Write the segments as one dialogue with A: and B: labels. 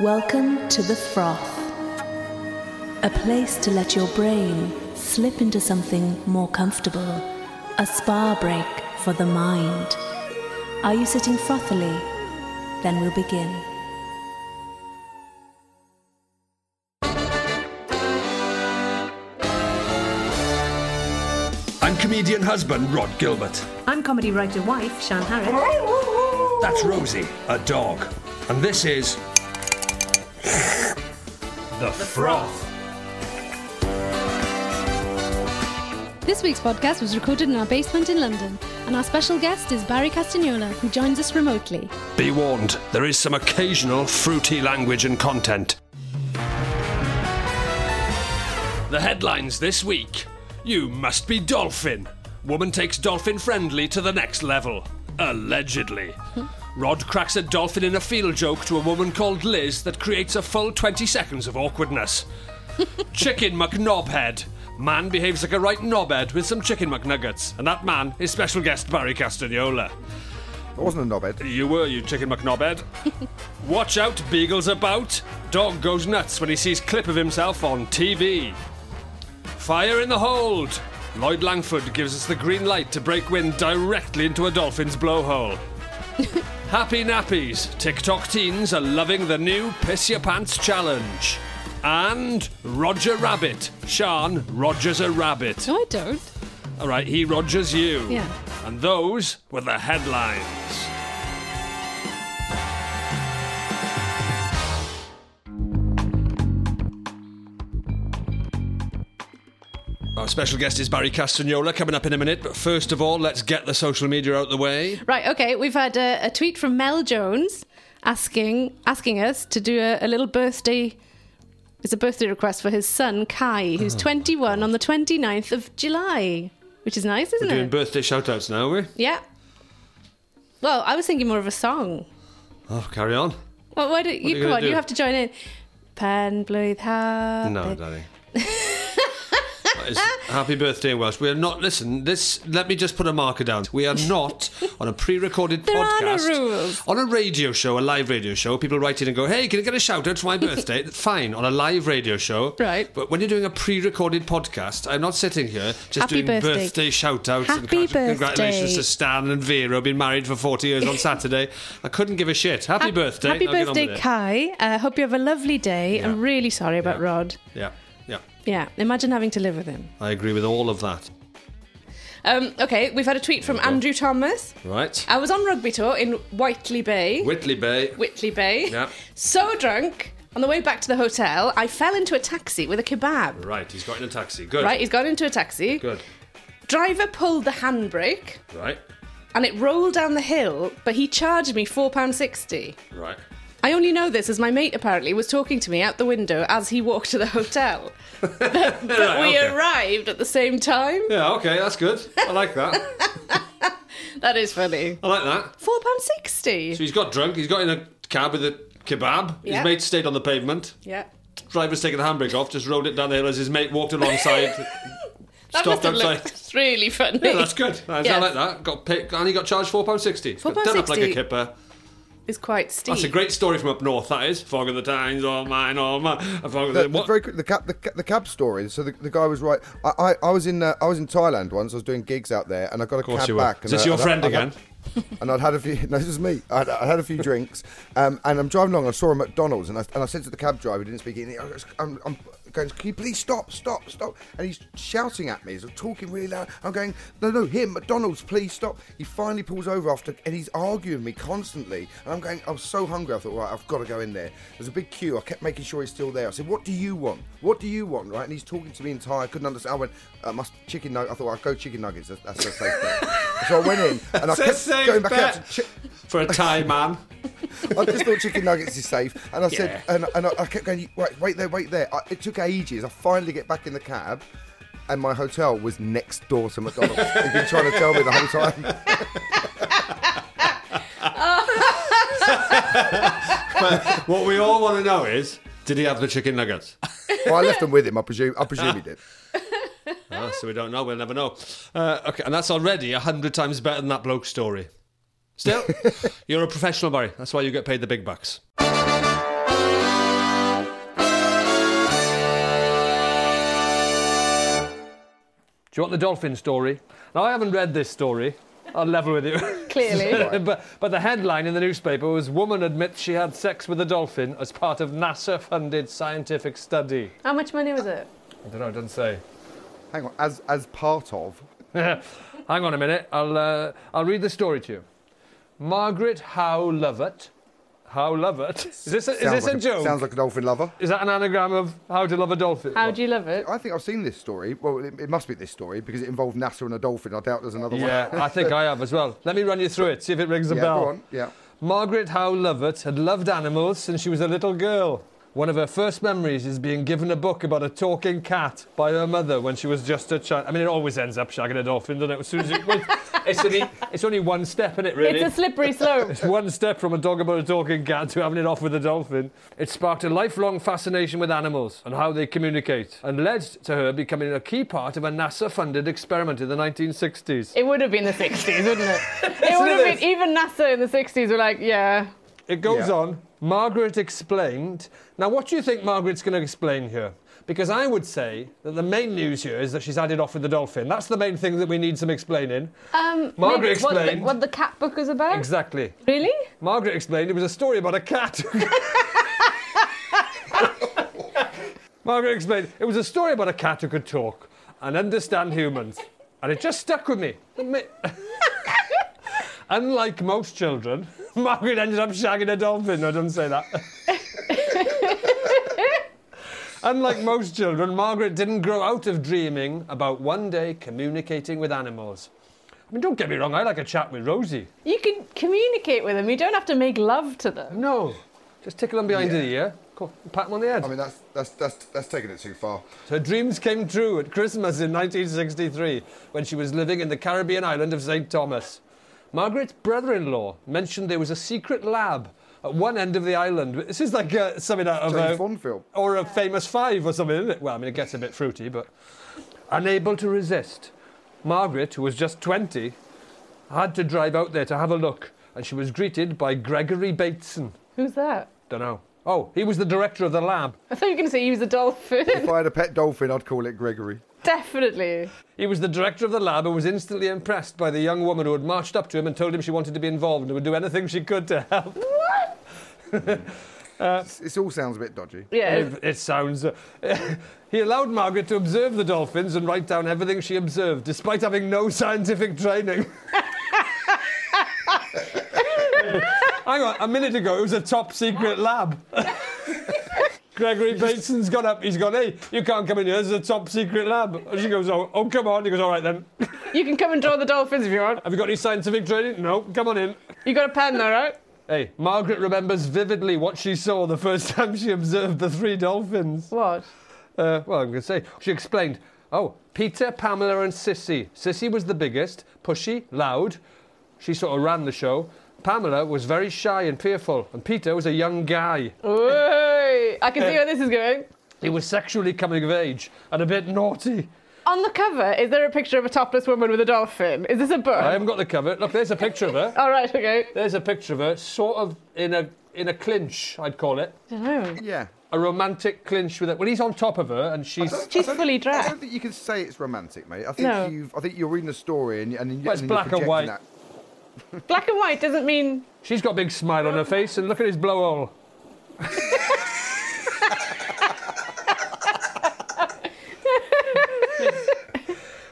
A: Welcome to the froth, a place to let your brain slip into something more comfortable, a spa break for the mind. Are you sitting frothily? Then we'll begin.
B: I'm comedian husband Rod Gilbert.
C: I'm comedy writer wife Shan Harris.
B: That's Rosie, a dog. And this is. The Froth.
D: This week's podcast was recorded in our basement in London, and our special guest is Barry Castagnola, who joins us remotely.
B: Be warned, there is some occasional fruity language and content. The headlines this week You must be dolphin. Woman takes dolphin friendly to the next level. Allegedly. Rod cracks a dolphin in a field joke to a woman called Liz that creates a full 20 seconds of awkwardness. Chicken McKnobhead. Man behaves like a right knobhead with some chicken McNuggets, and that man is special guest Barry Castagnola.
E: I wasn't a knobhead.
B: You were, you chicken McNobhead. Watch out, Beagle's about. Dog goes nuts when he sees clip of himself on TV. Fire in the hold. Lloyd Langford gives us the green light to break wind directly into a dolphin's blowhole. Happy nappies. TikTok teens are loving the new Piss Your Pants challenge. And Roger Rabbit. Sean Rogers a rabbit.
D: No, I don't.
B: All right, he Rogers you.
D: Yeah.
B: And those were the headlines. Our special guest is Barry Castagnola coming up in a minute, but first of all, let's get the social media out of the way.
D: Right, okay, we've had a, a tweet from Mel Jones asking asking us to do a, a little birthday. It's a birthday request for his son, Kai,
B: Oh,
D: who's 21 on the 29th of July, which is nice, isn't
B: Doing
D: it?
B: birthday shout outs now, are we?
D: yeah. Well, I was thinking more of a song.
B: Oh, carry on.
D: Well, why don't you,
B: you
D: come
B: gonna
D: on?
B: do?
D: You have to join in. Pan blwydd ha.
B: No, darling. That is- happy birthday in Welsh. We are not, listen, this, let me just put a marker down. We are not on a pre recorded
D: There are no
B: podcast.
D: rules.
B: On a radio show, a live radio show, people write in and go, hey, can I get a shout out for my birthday? Fine, on a live radio show.
D: Right.
B: But when you're doing a pre recorded podcast, I'm not sitting here just
D: Happy
B: doing
D: birthday.
B: birthday, shout outs and
D: Happy
B: congrat- congratulations
D: birthday.
B: to Stan and Vera, been married for 40 years on Saturday. I couldn't give a shit. Happy
D: Ha-
B: birthday.
D: Happy
B: Now get on
D: birthday,
B: with it.
D: Kai. Uh, hope you have a lovely day. I'm
B: Yeah.
D: really sorry about
B: Yeah.
D: Rod.
B: Yeah, yeah.
D: Yeah, imagine having to live with him.
B: I agree with all of that.
D: Um, okay, we've had a tweet from Andrew Thomas.
B: Right.
D: I was on rugby tour in Whiteley Bay.
B: Whitley Bay.
D: Whitley Bay.
B: Yeah.
D: So drunk, on the way back to the hotel, I fell into a taxi with a kebab.
B: Right, he's got in a taxi. Good.
D: Right, he's got into a taxi.
B: Good.
D: Driver pulled the handbrake
B: Right.
D: and it rolled down the hill, but he charged me £4.60.
B: Right.
D: I only know this as my mate apparently was talking to me out the window as he walked to the hotel. But, but
B: Right,
D: we
B: okay.
D: arrived at the same time.
B: Yeah, okay, that's good. I like that.
D: That is funny.
B: I like that.
D: Four pound sixty.
B: So he's got drunk, he's got in a cab with a kebab.
D: Yeah.
B: His mate stayed on the pavement.
D: Yeah.
B: Driver's taken the handbrake off, just rolled it down the hill as his mate walked alongside.
D: That
B: stopped
D: must have
B: outside.
D: looked really funny.
B: Yeah, that's good. I, I
D: Yeah.
B: like that. Got picked, and he got charged four pound sixty. Done up like a
D: £4.60.
B: kipper.
D: It's quite steep.
B: That's a great story from up north. That is. Fog of the times, oh all mine, all mine. A Fog of
E: The,
B: the,
E: the
B: what?
E: very quick- the cab the, ca- the cab story. So the, the guy was right. I, I, I was in uh, I was in Thailand once. I was doing gigs out there, and I got a
B: course
E: cab
B: you were.
E: back.
B: Is
E: and
B: this
E: I-
B: your
E: and I-
B: friend
E: I got-
B: again?
E: and I'd had a few. No, this was me. I'd, i had a few drinks, um, and I'm driving along. I saw a McDonald's, and I, and I said to the cab driver, who didn't speak any. I was- I'm, I'm going, can you please stop, stop, stop? And he's shouting at me. He's talking really loud. I'm going, no, no, here, McDonald's, please stop. He finally pulls over after, and he's arguing with me constantly. And I'm going, I was so hungry. I thought, right, I've got to go in there. There's a big queue. I kept making sure he's still there. I said, what do you want? What do you want? Right? And he's talking to me in Thai. I couldn't understand. I went, I must chicken nuggets. I thought, I'll go chicken nuggets. That's, that's a safe bet. so I went in, and I
B: It's a
E: kept
B: safe
E: going back out
B: bet.
E: to chi-
B: for a Thai man.
E: I just thought chicken nuggets is safe, and I said,
B: Yeah.
E: and, and I, I kept going, wait, wait there, wait there. I, it took ages. I finally get back in the cab, and my hotel was next door to McDonald's. They've been trying to tell me the whole time.
B: What we all want to know is, did he have the chicken nuggets?
E: Well, I left them with him. I presume. I presume he did.
B: Ah, so we don't know. We'll never know. Uh, okay, and that's already a hundred times better than that bloke story. Still, you're a professional, Barry. That's why you get paid the big bucks. Do you want the dolphin story? Now, I haven't read this story. I'll level with you.
F: Clearly.
B: but, but the headline in the newspaper was Woman admits she had sex with a dolphin as part of NASA funded scientific study.
F: How much money was it?
B: I don't know, it doesn't say.
E: Hang on, as as part of.
B: Hang on a minute. I'll uh, I'll read the story to you. Margaret Howe Lovett. Howe Lovett. Is this a, is
E: sounds
B: this
E: like
B: a joke?
E: Sounds like a dolphin lover.
B: is that an anagram of how to love a dolphin?
F: How do you love it?
E: I think I've seen this story. Well, it, it must be this story because it involved NASA and a dolphin. I doubt there's another
B: yeah,
E: one.
B: I think I have as well. Let me run you through it. See if it rings a
E: yeah,
B: bell.
E: go on. Yeah.
B: Margaret Howe Lovett had loved animals since she was a little girl. One of her first memories is being given a book about a talking cat by her mother when she was just a child. I mean, it always ends up shagging a dolphin, doesn't it? As soon as you, well, it's, only, it's only one step in it, really.
F: It's a slippery slope.
B: It's one step from a dog about a talking cat to having it off with a dolphin. It sparked a lifelong fascination with animals and how they communicate, and led to her becoming a key part of a NASA funded experiment in the 1960s.
F: It would have been the 60s, wouldn't it? It
B: to
F: would have
B: this.
F: been, even NASA in the 60s were like, yeah,
B: It goes
E: Yeah.
B: on. Margaret explained. Now, what do you think Margaret's going to explain here? Because I would say that the main news here is that she's had it off with the dolphin. That's the main thing that we need some explaining.
F: Um, maybe
B: Margaret
F: what the-
B: explained.
F: What the, cat book was about.
B: Exactly.
F: Really?
B: Margaret explained it was a story about a cat. Margaret explained it was a story about a cat who could talk and understand humans. And it just stuck with me. Ma- Unlike most children, Margaret ended up shagging a dolphin. No, I don't say that. Unlike most children, Margaret didn't grow out of dreaming about one day communicating with animals. I mean, don't get me wrong, I like a chat with Rosie.
F: You can communicate with them. You don't have to make love to them.
B: No. Just tickle them behind the ear. Cool. Pat them on the head.
E: I mean, that's that's that's that's taking it too far.
B: Her dreams came true at Christmas in 1963 when she was living in the Caribbean island of St. Thomas. Margaret's brother in law mentioned there was a secret lab at one end of the island. This is like uh, something out of
E: James
B: a.
E: Bond film.
B: Or a famous five or something, isn't it? Well, I mean, it gets a bit fruity, but. Unable to resist, Margaret, who was just 20, had to drive out there to have a look, and she was greeted by Gregory Bateson.
F: Who's that?
B: Don't know. Oh, he was the director of the lab.
F: I thought you were going to say he was a dolphin.
E: If I had a pet dolphin, I'd call it Gregory.
F: Definitely.
B: He was the director of the lab and was instantly impressed by the young woman who had marched up to him and told him she wanted to be involved and would do anything she could to help.
E: This all sounds a bit dodgy.
F: Yeah.
B: It, it sounds. uh, he allowed Margaret to observe the dolphins and write down everything she observed, despite having no scientific training. Hang on, a minute ago it was a top secret lab. Gregory Bateson's gone up. He's gone. Hey, you can't come in here. This is a top secret lab. And she goes, oh, oh, come on. He goes, all right then.
F: You can come and draw the dolphins if you want.
B: Have you got any scientific training? No. Come on in.
F: You got a pen though, right?
B: Hey, Margaret remembers vividly what she saw the first time she observed the three dolphins.
F: What?
B: Uh, well, I'm going to say. She explained, oh, Peter, Pamela, and Sissy. Sissy was the biggest, pushy, loud. She sort of ran the show. Pamela was very shy and fearful, and Peter was a young guy.
F: Oi! I can
B: Eh.
F: see where this is going.
B: He was sexually coming of age and a bit naughty.
F: On the cover, is there a picture of a topless woman with a dolphin? Is this a book?
B: I haven't got the cover. Look, there's a picture of her.
D: Oh,
F: All right, okay.
B: There's a picture of her, sort of in a in a clinch, I'd call it.
E: Yeah.
B: A romantic clinch with it. Well, he's on top of her, and she's.
F: She's fully
E: I
F: dressed.
E: don't think you can say it's romantic, mate. I think
F: No.
E: you've. I think you're reading the story and, and, you-
B: Well, it's
E: and
B: black
E: you're
B: and white.
E: projecting
D: Black and white doesn't mean
B: She's got a big smile on her face, and look at his blowhole.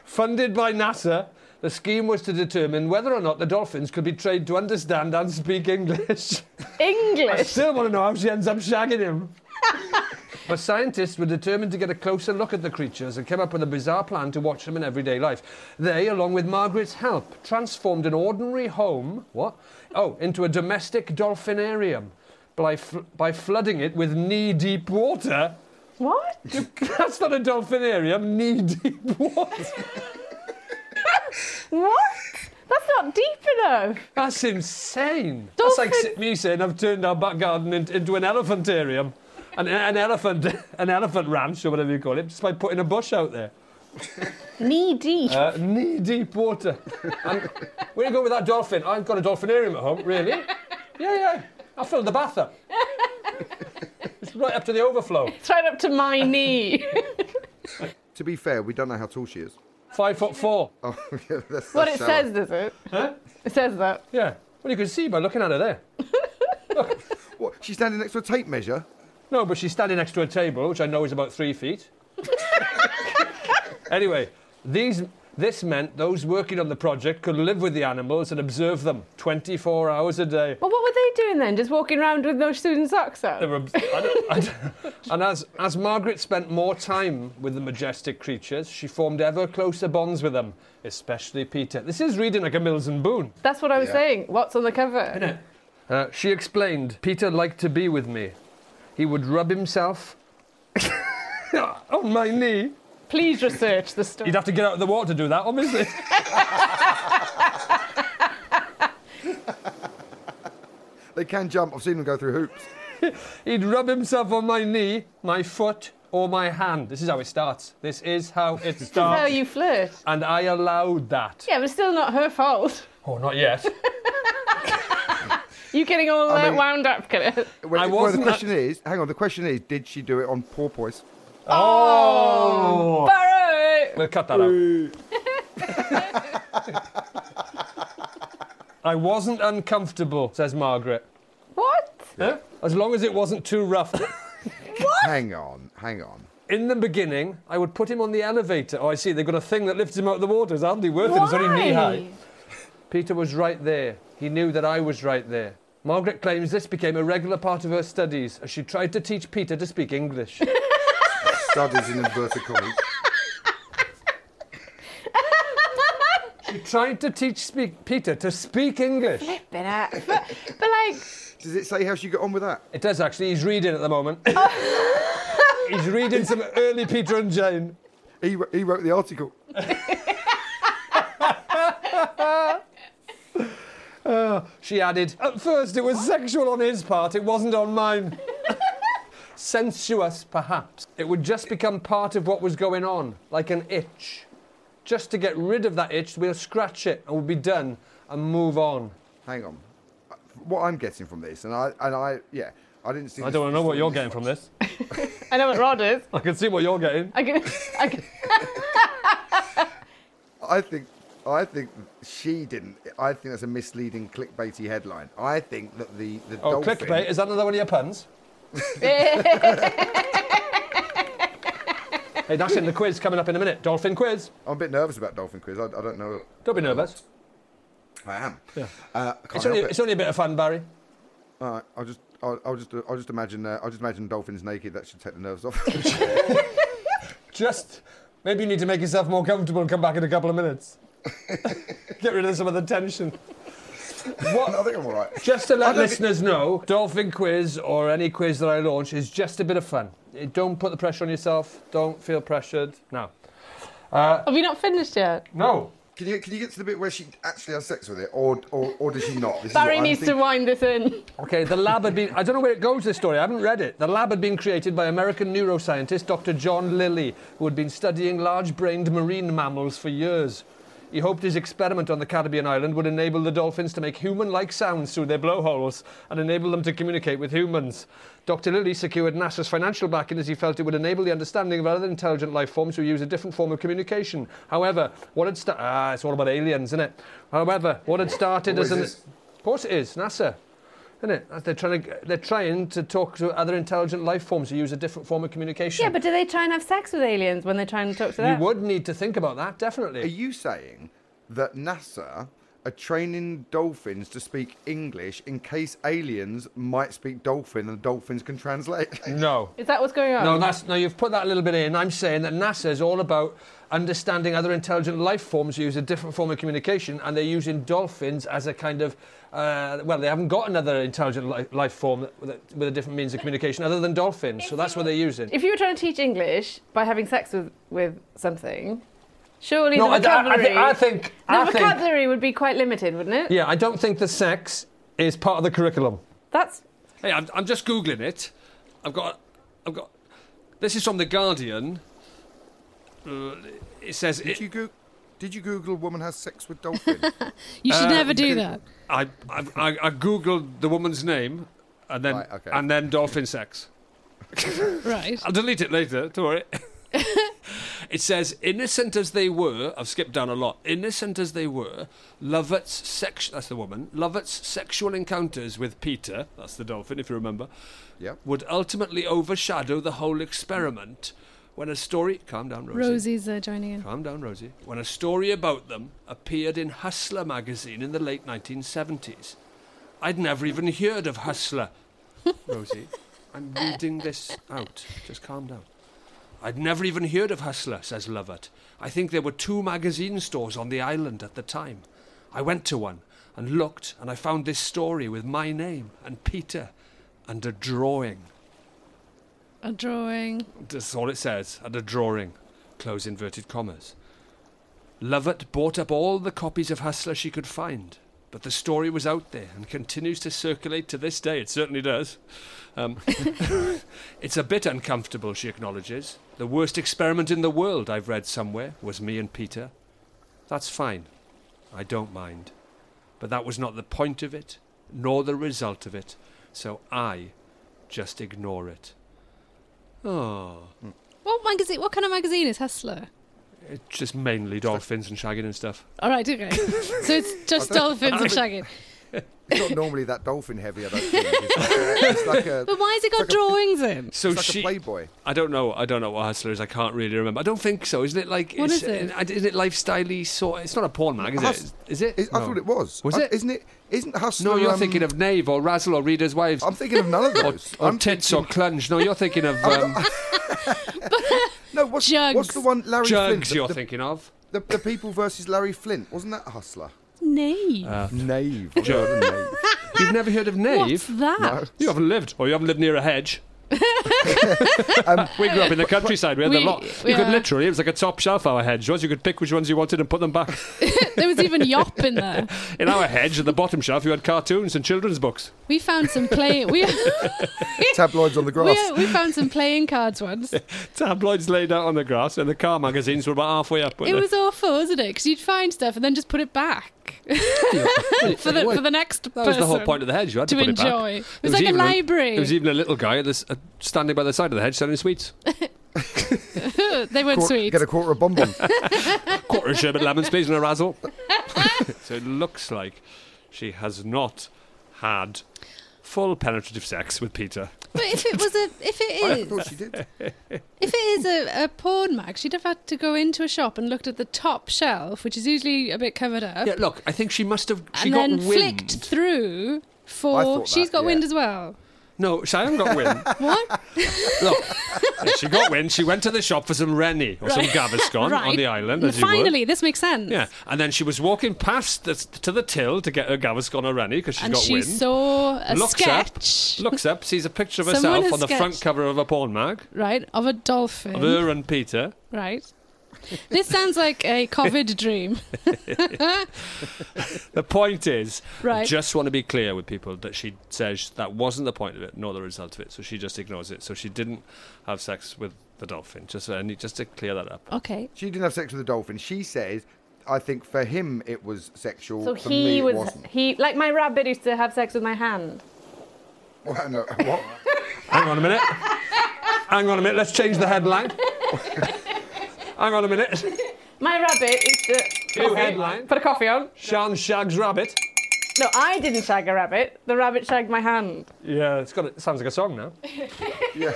B: Funded by NASA, the scheme was to determine whether or not the dolphins could be trained to understand and speak English. I
D: English.
B: still want to know how she ends up shagging him. but scientists were determined to get a closer look at the creatures and came up with a bizarre plan to watch them in everyday life. They, along with Margaret's help, transformed an ordinary home, what? Oh, into a domestic dolphinarium by, fl- by flooding it with knee deep water.
D: What?
B: That's not a dolphinarium, knee deep water.
D: What? That's not deep enough.
B: That's insane. That's like
D: Dolphin-
B: me saying I've turned our back garden in- into an elephantarium, an, an elephant, an elephant ranch or whatever you call it, just by putting a bush out there.
D: Knee deep.
B: Uh, knee deep water. and where you go with that dolphin? I've got a dolphinarium at home, really? Yeah, yeah. I filled the bath up. it's right up to the overflow.
D: It's right up to my knee.
E: To be fair, we don't know how tall she is.
B: Five foot four.
E: Oh, yeah, that's,
D: what
E: that's
D: it
E: sour.
D: says, does it? It says that.
B: Yeah. Well, you can see by looking at her there.
E: What, she's standing next to a tape measure.
B: No, but she's standing next to a table, which I know is about three feet. anyway, these, this meant those working on the project could live with the animals and observe them 24 hours a day.
D: Well, what were they doing then? Just walking around with no shoes and socks
B: They
D: on?
B: were- I don't- I don't- and as, as Margaret spent more time with the majestic creatures, she formed ever closer bonds with them, especially Peter. This is reading like a Mills and Boone.
D: That's what I was saying. What's on the cover?
B: Uh, she explained, Peter liked to be with me. He would rub himself on my knee.
D: Please research the story.
B: You'd have to get out of the water to do that, obviously.
E: They can jump. I've seen them go through hoops.
B: He'd rub himself on my knee, my foot, or my hand. This is how it starts. This is how it starts.
D: How you flirt?
B: And I allowed that.
D: Yeah, but it's still not her fault.
B: Oh, not yet.
D: You getting all
E: I
D: uh,
E: mean-
D: wound up, Kenneth?
E: Well,
B: I
E: well,
B: wasn't-
E: the question is, hang on. The question is, did she do it on porpoise?
B: oh!
D: Barrow!
B: We'll cut that out. I wasn't uncomfortable, says Margaret.
D: What?
B: Huh? As long as it wasn't too rough.
E: Hang on, hang on.
B: In the beginning, I would put him on the elevator. Oh, I see, they've got a thing that lifts him out of the water. It's hardly worth it, it's only knee high. Peter was right there. He knew that I was right there. Margaret claims this became a regular part of her studies as she tried to teach Peter to speak English.
E: Studies in inverted commas.
B: she tried to teach speak- Peter to speak English.
D: Been out. But, but like,
E: Does it say how she got on with that?
B: It does actually, he's reading at the moment. he's reading some early Peter and Jane.
E: He, wr- he wrote the article.
B: She added, At first it was sexual on his part, it wasn't on mine. Sensuous, perhaps. It would just become part of what was going on, like an itch. Just to get rid of that itch, we'll scratch it and we'll be done and move on.
E: Hang on. What I'm getting from this, and I, and I, yeah, I didn't see.
B: I don't know what you're getting from this.
D: I know what Rod is.
B: I can see what you're getting.
D: I can, I can,
E: I think, I think she didn't. I think that's a misleading clickbaity headline. I think that the the
B: Oh,
E: dolphin.
B: clickbait, is that another one of your puns? hey, that's in the quiz coming up in a minute. Dolphin quiz.
E: I'm a bit nervous about dolphin quiz. I, I don't know.
B: Don't be nervous.
E: I am. Uh, I can't
B: It's only,
E: help it.
B: it's only a bit of fun, Barry.
E: All right, I'll just, I'll, I'll just, I'll just imagine, uh, I'll just imagine dolphins naked. That should take the nerves off.
B: Just maybe you need to make yourself more comfortable and come back in a couple of minutes. Get rid of some of the tension.
E: I think I'm all right.
B: Just to
E: I
B: let
E: don't
B: listeners know, Dolphin Quiz or any quiz that I launch is just a bit of fun. Eh, Don't put the pressure on yourself. Don't feel pressured. No.
D: have you not finished yet?
B: No.
E: Can you, can you get to the bit where she actually has sex with it, or, or, or does she not? This is
D: Barry
E: what I'm
D: needs to
E: thinking.
D: wind this in.
B: Okay, the lab had been. I don't know where it goes, this story. I haven't read it. The lab had been created by American neuroscientist Dr. John Lilly, who had been studying large brained marine mammals for years.
G: He hoped his experiment on the Caribbean island would enable the dolphins to make human like sounds through their blowholes and enable them to communicate with humans. Dr. Lilly secured NASA's financial backing as he felt it would enable the understanding of other intelligent life forms who use a different form of communication. However, what had started. Ah, it's all about aliens, isn't it? However, what had started as
H: Always
G: an.
H: is.
G: Of course it is, NASA. Isn't it? They're trying to they're trying to talk to other intelligent life forms who use a different form of communication.
D: Yeah, but do they try and have sex with aliens when they try and talk to them?
G: You would need to think about that, definitely.
E: Are you saying that NASA are training dolphins to speak English in case aliens might speak dolphin and dolphins can translate?
G: No.
D: Is that what's going on?
G: No, that's no. You've put that little bit in. I'm saying that NASA is all about understanding other intelligent life forms who use a different form of communication, and they're using dolphins as a kind of. Uh, well, they haven't got another intelligent li- life form that, that- with a different means of communication other than dolphins, so that's what they're using.
D: If you were trying to teach English by having sex with, with something, surely
G: No,
D: the
G: I th- I th- I
D: vocabulary.
G: think- I think-
D: the
G: I think-
D: vocabulary would be quite limited, wouldn't it?
G: yeah, I don't think the sex is part of the curriculum.
D: That's
B: Hey, I'm, I'm just googling it. I've got, I've got. This is from the Guardian. Uh, it says.
E: Did you go- Did you Google woman has sex with dolphin?
B: You
G: Uh,
F: should never do that.
B: I, I, I, I googled the woman's name, and then and then dolphin sex.
F: Right.
B: I'll delete it later. Don't worry. it says, innocent as they were, I've skipped down a lot. Innocent as they were, Lovett's sex that's the woman, Lovett's sexual encounters with Peter, that's the dolphin, if you remember,
E: yep.
B: would ultimately overshadow the whole experiment when a story calm down, Rosie.
F: Rosie's uh, joining in.
B: Calm down, Rosie. When a story about them appeared in Hustler magazine in the late 1970s. I'd never even heard of Hustler. Rosie, I'm reading this out. Just calm down. I'd never even heard of Hustler, says Lovett. I think there were two magazine stores on the island at the time. I went to one and looked, and I found this story with my name and Peter and a drawing.
F: A drawing.
B: That's all it says, and a drawing. Close inverted commas. Lovett bought up all the copies of Hustler she could find, but the story was out there and continues to circulate to this day. It certainly does. Um, it's a bit uncomfortable, she acknowledges. The worst experiment in the world, I've read somewhere, was me and Peter. That's fine. I don't mind. But that was not the point of it, nor the result of it, so I just ignore it. Oh.
F: What magazine? What kind of magazine is Hustler?
B: It's just mainly dolphins and shagging and stuff.
F: All right, okay. so it's just
E: I don't-
F: dolphins
E: I
F: and
E: don't-
F: shagging.
E: It's not normally that dolphin heavy, I don't think. It's like a, it's like a,
F: But why has it got drawings in?
B: So
E: it's like
B: she-
E: a Playboy.
B: I don't know. I don't know what hustler is. I can't really remember. I don't think so. Isn't it like?
F: What
B: it's-
F: is it?
B: uh, Isn't it lifestyley sort? It's not a porn mag, is
E: Hus-
B: it? Is it?
E: Is- I
B: No.
E: thought it was.
B: Was
E: I-
B: it?
E: Isn't it? Isn't Hustler?
B: No, you're
E: um,
B: thinking of Knave or Razzle or Reader's Wives.
E: I'm thinking of none of
B: or,
E: those.
B: or
E: I'm
B: tits or clunge. No, you're thinking of um,
E: No, what's,
F: Jugs.
E: what's the one Larry Flint?
B: jugs.
E: the-
B: You're
E: the,
B: thinking of
E: the, the people versus Larry Flint. Wasn't that Hustler?
F: Nay.
E: Knave.
B: Jug.
E: Knave.
B: You've never heard of Knave?
F: What's that?
B: You haven't lived, or you haven't lived near a hedge.
E: um,
B: we grew up in the countryside. We had
F: We-
B: a lot.
F: we
B: You could
F: are-
B: literally, it was like a top shelf our hedge was. You could pick which ones you wanted and put them back.
F: There was even Yop in there.
B: In our hedge, at the bottom shelf, you had cartoons and children's books.
F: We found some play. We,
E: Tabloids on the grass.
F: we we found some playing cards once.
B: Tabloids laid out on the grass, and the car magazines were about halfway up.
F: It
B: weren't
F: was awful, wasn't it? Because you'd find stuff and then just put it back
B: they?
F: for the for the next.
B: that was the whole
F: person
B: point of the hedge. You had to,
F: to
B: put it back.
F: enjoy. It was,
B: There
F: like a
B: even
F: library.
B: There was even a little guy at this, uh, standing by the side of the hedge selling sweets.
F: they weren't
E: Quar-
F: sweet.
E: Get a quarter of bonbons.
B: Quarter of sherbet lemons, please, and a razzle. so it looks like she has not had full penetrative sex with Peter.
F: But if it was a, if
E: I
F: it is,
E: thought she did.
F: if it is a, a porn mag, she'd have had to go into a shop and looked at the top shelf, which is usually a bit covered up,
B: Yeah, look, I think she must have. She
F: and
B: got
F: then
B: wind.
F: flicked through
E: I
F: for.
E: thought
F: she's
E: that,
F: got
E: yeah.
F: wind as well.
B: No, she hasn't got wind.
F: What?
B: Look, she got wind. She went to the shop for some rennie or some Gaviscon on
F: Right.
B: the island.
F: And
B: As you would.
F: Finally, this makes sense.
B: Yeah, and then she was walking past the, to the till to get her Gaviscon or rennie because she's
F: and
B: got
F: she
B: wind.
F: saw a
B: looks
F: sketch,
B: up, looks up, sees a picture of
F: Someone
B: herself
F: has
B: on the front
F: sketched-
B: cover of a porn mag
F: right, of a dolphin.
B: of her and Peter.
F: Right. This sounds like a COVID dream.
B: The point is, I
F: Right.
B: just want to be clear with people that she says that wasn't the point of it, nor the result of it. So she just ignores it. So she didn't have sex with the dolphin. Just I need just to clear that up.
F: Okay.
E: She didn't have sex with a dolphin. She says I think for him it was sexual.
D: So
E: for
D: he
E: me,
D: was
E: It wasn't.
D: he like my rabbit used to have sex with my hand.
E: Well, no, what?
B: Hang on a minute. Hang on a minute. Let's change the headline. Hang on a minute.
D: My rabbit used to
B: New headline.
D: put a coffee on.
B: Shan shags rabbit.
D: No, I didn't shag a rabbit. The rabbit shagged my hand.
B: Yeah, it's got. A, it sounds like a song now.
E: yeah.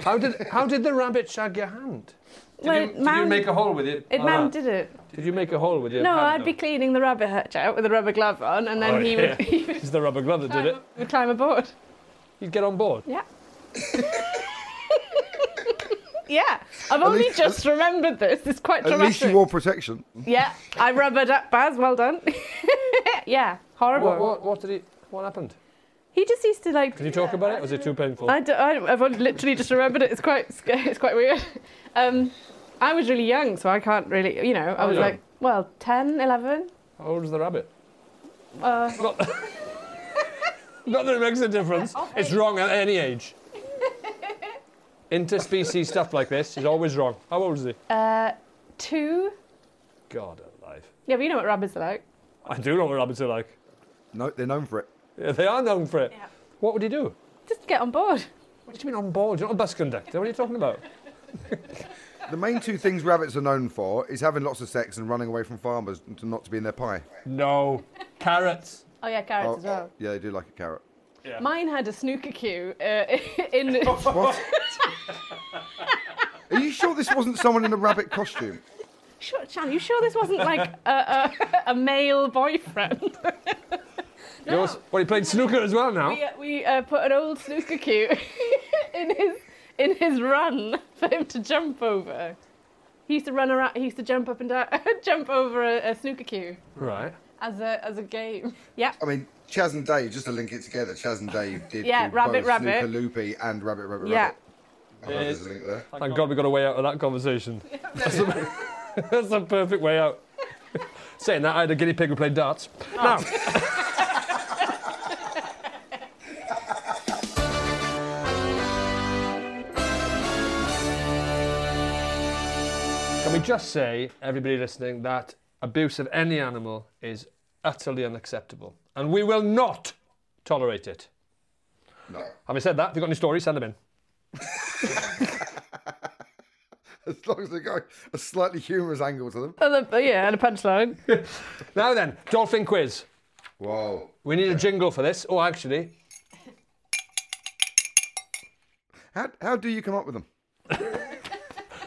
B: How did how did the rabbit shag your hand? Did,
D: Well,
B: you,
D: it
B: did you
D: man-
B: make a hole with it?
D: It
B: like
D: man
B: that?
D: did it.
B: Did you make a hole with your
D: no,
B: hand?
D: I'd be cleaning the rabbit hutch out with a rubber glove on, and then
B: Oh,
D: he,
B: yeah.
D: would, he
B: It's the rubber glove that did it.
D: would climb aboard.
B: You'd get on board.
D: Yeah. yeah. I've only
E: least-
D: just remembered this. It's quite
E: At
D: dramatic.
E: least you wore protection.
D: Yeah, I rubbered up Baz. Well done. yeah, horrible.
B: What, what, what did he? What happened?
D: He just used to like.
B: Can you talk about it? Was it too painful?
D: I d- I, have only literally just remembered it. It's quite. sc- It's quite weird. Um, I was really young, so I can't really. You know, I
B: How
D: was
B: young?
D: like, well, 10, 11.
B: How old was the rabbit?
D: Uh,
B: Not, not that it makes a difference. It's wrong at any age. Interspecies stuff like this is always wrong. How old is he?
D: uh, two.
B: God alive.
D: Yeah, but you know what rabbits are like.
B: I do know what rabbits are like.
E: No, they're known for it.
B: Yeah, they are known for it. What would he do?
D: Just get on board.
B: What do you mean on board? You're not a bus conductor. What are you talking about?
E: The main two things rabbits are known for is having lots of sex and running away from farmers and to not to be in their pie.
B: No. Carrots.
D: Oh yeah, carrots
E: Oh,
D: as well.
E: Yeah, they do like a carrot.
D: Mine had a snooker cue uh, in.
E: Oh, What? Are you sure this wasn't someone in a rabbit costume?
D: Sure, Chan, you sure this wasn't like a, a, a male boyfriend?
B: He also- well, he played snooker as well now.
D: we uh, we uh, put an old snooker cue in his in his run for him to jump over. He used to run around. He used to jump up and down, jump over a, a snooker cue
B: Right.
D: as a as a game. Yeah.
E: I mean, Chaz and Dave, just to link it together, Chaz and Dave did
D: Yeah,
E: do
D: rabbit,
E: both
D: rabbit.
E: Snooker Loopy and Rabbit Rabbit
D: Yeah.
E: Rabbit. I hope there's a link there.
B: Thank God we got a way out of that conversation. That's a, that's a perfect way out. Saying that, I had a guinea pig who played darts. Now. Can we just say, everybody listening, that abuse of any animal is utterly unacceptable and we will not tolerate it?
E: No.
B: Having said that, if you've got any stories, send them in.
E: As long as they got a slightly humorous angle to them.
D: And a, oh, yeah, and a punchline.
B: Now then, dolphin quiz.
E: Whoa.
B: We need a jingle for this. Oh, actually,
E: How, how do you come up with them?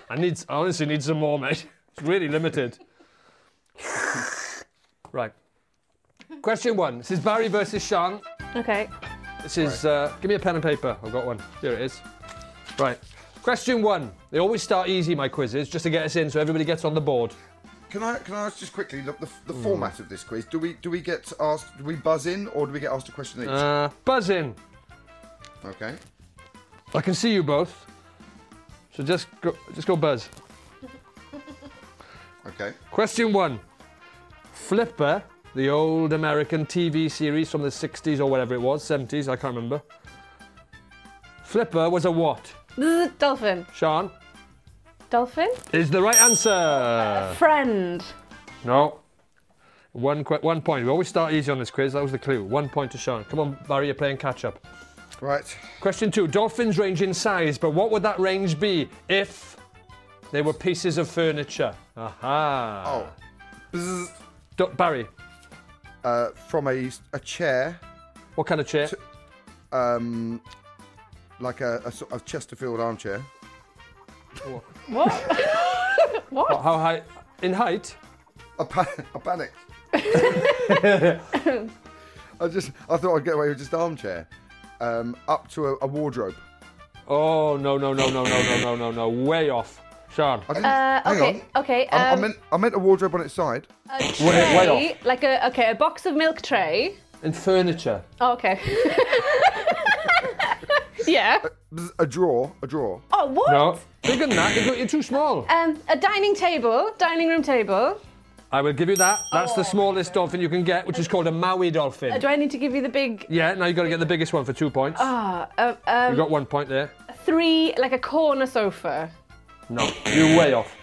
B: I need. I honestly need some more, mate. It's really limited. right. Question one. This is Barry versus Sean.
D: okay.
B: This is. Uh, give me a pen and paper. I've got one. Here it is. Right. Question one. They always start easy, my quizzes, just to get us in, so everybody gets on the board.
E: Can I can I ask just quickly look, the, the format of this quiz? Do we do we get asked? Do we buzz in or do we get asked a question each?
B: Uh, buzz in.
E: okay.
B: I can see you both. So just go, just go buzz.
E: Okay.
B: Question one. Flipper, the old American TV series from the 60s or whatever it was, 70s, I can't remember. Flipper was a what?
D: This is a dolphin.
B: Sean
D: Dolphin.
B: is the right answer.
D: Friend.
B: No. One, que- one point. We always start easy on this quiz. That was the clue. One point to Sean. Come on, Barry, you're playing catch up.
E: Right.
B: Question two. Dolphins range in size, but what would that range be if they were pieces of furniture? Aha.
E: Oh. Bzzz.
B: Do- Barry,
E: Uh, from a, a chair,
B: what kind of chair?
E: um, like a, a sort of Chesterfield armchair.
D: What? what?
B: How high? In height?
E: I, pa- I panicked. I just I thought I'd get away with just armchair. Um, up to a, a wardrobe.
B: Oh no no no no no no no no no! Way off, Sean.
E: I didn't,
D: Uh,
E: hang
D: okay.
E: on.
D: Okay.
E: I, I
D: Um,
E: meant I meant a wardrobe on its side.
D: a tray,
B: Way- way
D: like a okay, a box of milk tray.
B: And furniture.
D: Oh, okay. yeah.
E: Bzz, a drawer. A drawer.
D: Oh, what?
B: No, bigger than that. You're, you're too small.
D: Um, a dining table, dining room table.
B: I will give you that. That's
D: Oh.
B: the smallest dolphin you can get, which is called a Maui
D: Uh,
B: dolphin.
D: do I need to give you the big
B: Yeah. Now you got to get the biggest one for two points.
D: uh, um,
B: You
D: um,
B: got one point there.
D: three, like a corner sofa?
B: No, you're way off. Ah,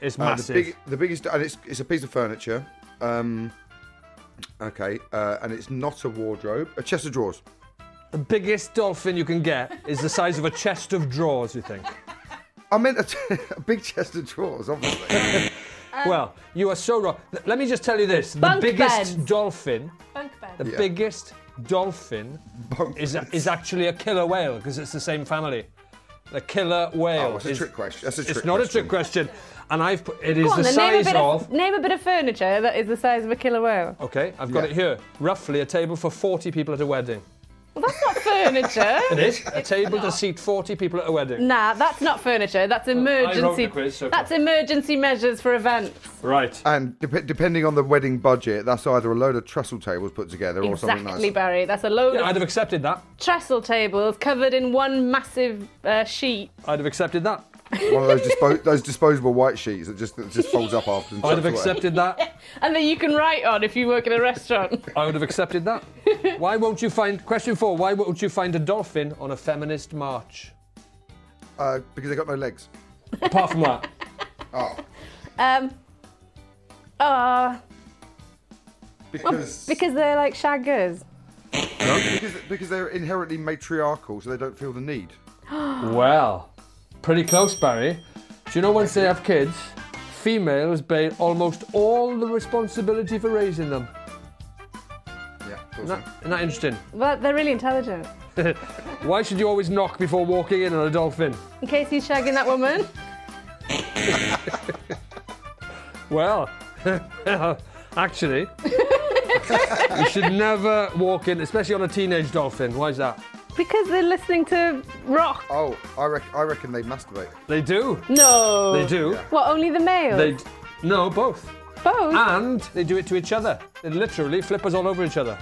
B: It's
E: Uh,
B: massive.
E: the, big, the biggest, and it's, it's a piece of furniture. Um, okay, uh, and it's not a wardrobe, a chest of drawers.
B: The biggest dolphin you can get is the size of a chest of drawers, you think?
E: I meant a, t- a big chest of drawers, obviously.
B: well, you are so wrong. Th- Let me just tell you this the
D: Uh. Bunk
B: biggest
D: beds.
B: dolphin,
D: Bunk
B: the
D: bed.
B: biggest dolphin is, a- is actually a killer whale because it's the same family. The killer whale.
E: Oh, it's a
B: is-
E: trick question. That's a
B: It's
E: trick
B: not a trick question. And I've put, it is
D: Go on,
B: the
D: then, name, a
B: size
D: bit
B: of.
D: of, name a bit of furniture that is the size of a killer whale.
B: Okay, I've got
E: Yeah.
B: it here. Roughly a table for 40 people at a wedding.
D: Well, that's not furniture.
B: It is a table to seat 40 people at a wedding.
D: Nah, that's not furniture. That's
B: I wrote the
D: emergency.
B: quiz, so-
D: That's emergency measures for events.
B: Right.
E: and dep depending on the wedding budget, that's either a load of trestle tables put together or something nice.
D: Exactly, Barry. That's a load
B: Yeah,
D: of
B: I'd have accepted that.
D: trestle tables covered in one massive uh, sheet.
B: I'd have accepted that.
E: One of those, dispo- those disposable white sheets that just that just folds up after. And
B: I'd
E: tucked
B: have
E: away.
B: accepted that.
D: And that you can write on if you work in a restaurant.
B: I would have accepted that. Why won't you find question four? Why won't you find a dolphin on a feminist march?
E: Uh, because they got no legs.
B: Apart from that,
D: Um. Uh,
E: Because
D: because they're like shaggers.
E: no, because, because they're inherently matriarchal, so they don't feel the need.
B: well, pretty close, Barry. Do you know once they have kids, females bear almost all the responsibility for raising them.
E: Yeah.
B: Isn't that, isn't that interesting?
D: But they're really intelligent.
B: Why should you always knock before walking in on a dolphin?
D: In case he's shagging that woman.
B: Well, actually, you should never walk in, especially on a teenage dolphin. Why is that?
D: Because they're listening to rock.
E: Oh, I, rec- I reckon they masturbate.
B: They do.
D: No.
B: They do.
D: What, only the male?
B: They Ah. d- no both,
D: Both?
B: and they do it to each other. They literally flip us all over each other.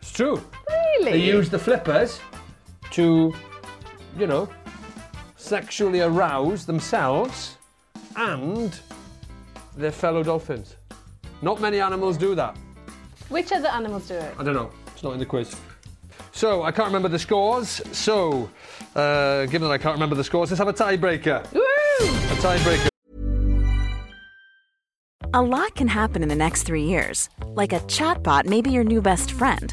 B: it's true.
D: really?
B: They use the flippers to, you know, sexually arouse themselves and their fellow dolphins. Not many animals do that.
D: Which other animals do it?
B: I don't know. It's not in the quiz. So I can't remember the scores. So, uh, given that I can't remember the scores, let's have a tiebreaker.
D: Woo!
B: A tiebreaker.
H: A lot can happen in the next three years. Like a chatbot may be your new best friend.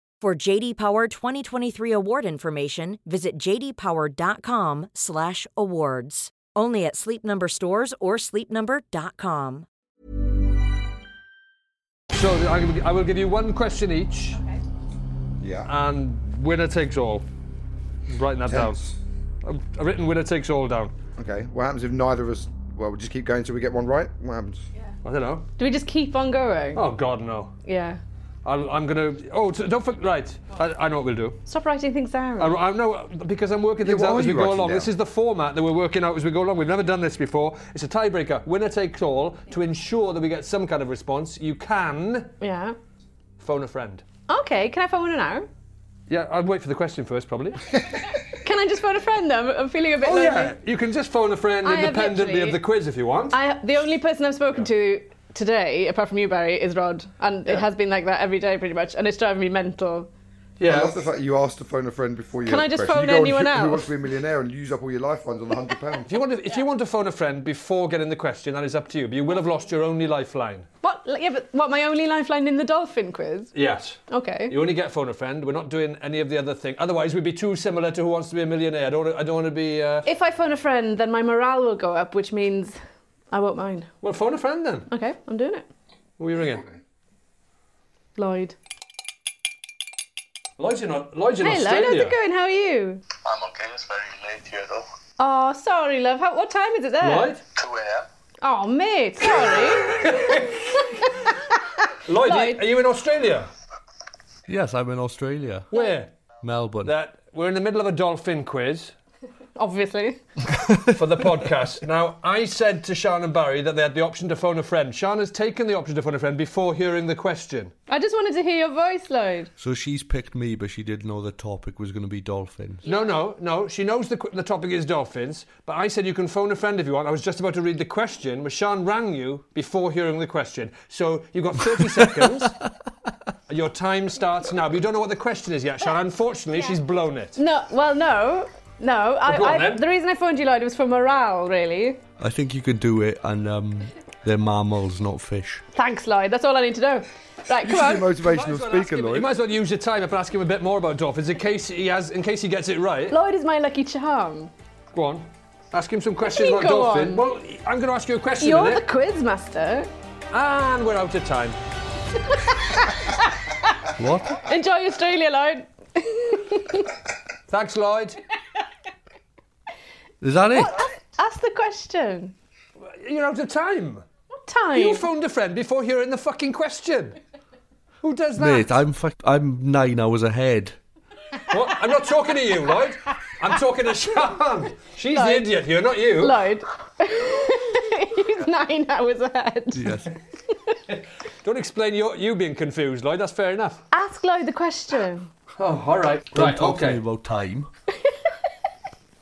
I: For JD Power 2023 award information, visit jdpower.com/awards. Only at Sleep Number stores or sleepnumber.com.
B: So I will- I will give you one question each,
E: Yeah.
B: and winner takes all. I'm writing that down.
E: Tense.
B: A- A written winner takes all down.
E: Okay. What happens if neither of us? Well, we just keep going till we get one right. What happens?
B: I don't know.
D: Do we just keep on going?
B: Oh God, no.
D: Yeah.
B: I'll, I'm gonna. Oh, t- don't forget. Right. I, I know what we'll do.
D: Stop writing things down.
B: I, I know because I'm working
E: Yeah,
B: things
E: what
B: out
E: are
B: as we
E: you
B: go
E: writing
B: along.
E: down?
B: This is the format that we're working out as we go along. We've never done this before. It's a tiebreaker. Winner takes all. To ensure that we get some kind of response, you can
D: yeah.
B: phone a friend.
D: Okay, can I phone her now?
B: Yeah, I'd wait for the question first, probably.
D: Can I just phone a friend? I'm, I'm feeling a bit
B: Oh
D: lonely.
B: yeah, you can just phone a friend
D: I have
B: independently of
D: literally-
B: the quiz if you want.
D: I, the only person I've spoken to today, apart from you, Barry, is Rod, and
J: Yeah.
D: it has been like that every day pretty much, and it's driving me mental.
J: I love the fact that you asked to phone a friend before you.
D: Can
J: had
D: I
J: the
D: just
J: question.
D: phone
J: you go on
D: anyone
J: Who- Who
D: else?
J: wants to be a millionaire and use up all your life funds on the hundred pounds?
B: If you want to, if you want to phone a friend before getting the question, that is up to you. But you will have lost your only lifeline.
D: What? Like, Yeah, but what? My only lifeline in the dolphin quiz.
B: Yes.
D: Okay.
B: You only get phone a friend. We're not doing any of the other thing. Otherwise, we'd be too similar to Who Wants to Be a Millionaire. I don't. wanna- I don't want to be. Uh...
D: If I phone a friend, then my morale will go up, which means I won't mind.
B: Well, phone a friend then.
D: Okay, I'm doing it.
B: Who are you ringing?
D: Lloyd.
B: Lloyd's in, Lloyd's in
D: hey,
B: Australia.
D: Lloyd, how's it going? How are you?
K: I'm okay, it's very late here though.
D: Oh, sorry, love. How, what time is it there?
B: Lloyd?
K: 2 a.m.
D: Oh, mate, sorry.
B: Lloyd, are you in Australia?
E: Yes, I'm in Australia.
B: Where?
E: Melbourne.
B: That we're in the middle of a dolphin quiz
D: Obviously.
B: for the podcast. Now, I said to Sean and Barry that they had the option to phone a friend. Sean has taken the option to phone a friend before hearing the question.
D: I just wanted to hear your voice, Lloyd.
E: So she's picked me, but she didn't know the topic was going to be dolphins.
B: No, no, no. She knows the, qu- the topic is dolphins, but I said you can phone a friend if you want. I was just about to read the question, but Sean rang you before hearing the question. So you've got 30 seconds. Your time starts now. But you don't know what the question is yet, Sean. Unfortunately, she's blown it.
D: No, well, no. No, I,
B: go on
D: I,
B: then.
D: the reason I phoned you, Lloyd, was for morale, really.
E: I think you can do it, and um, they're mammals, not fish.
D: Thanks, Lloyd. That's all I need to know. Right, come on.
B: You might as well ask him- You might as well use your time up and ask him a bit more about dolphins in case he has, in case he gets it right.
D: Lloyd is my lucky charm.
B: Go on, ask him some questions
D: mean,
B: about
D: go
B: dolphins.
D: on?
B: Well, I'm going to ask you a question. in a
D: You're
B: minute.
D: the quiz master.
B: And we're out of time.
E: what?
D: Enjoy Australia, Lloyd.
B: Thanks, Lloyd.
E: Is that it?
D: Ask the question.
B: You're out of time.
D: What time?
B: You phoned a friend before hearing the fucking question. Who does that?
E: Mate, I'm fuck I'm nine hours ahead.
B: What? I'm not talking to you, Lloyd. I'm talking to Sean. She's the
D: Lloyd.
B: idiot here, not you.
D: Lloyd. He's nine hours ahead.
E: Yes.
B: Don't explain your, you being confused, Lloyd. That's fair enough.
D: Ask Lloyd the question.
B: Oh, all right.
E: Don't
B: right,
E: talk to
B: okay.
E: me about time.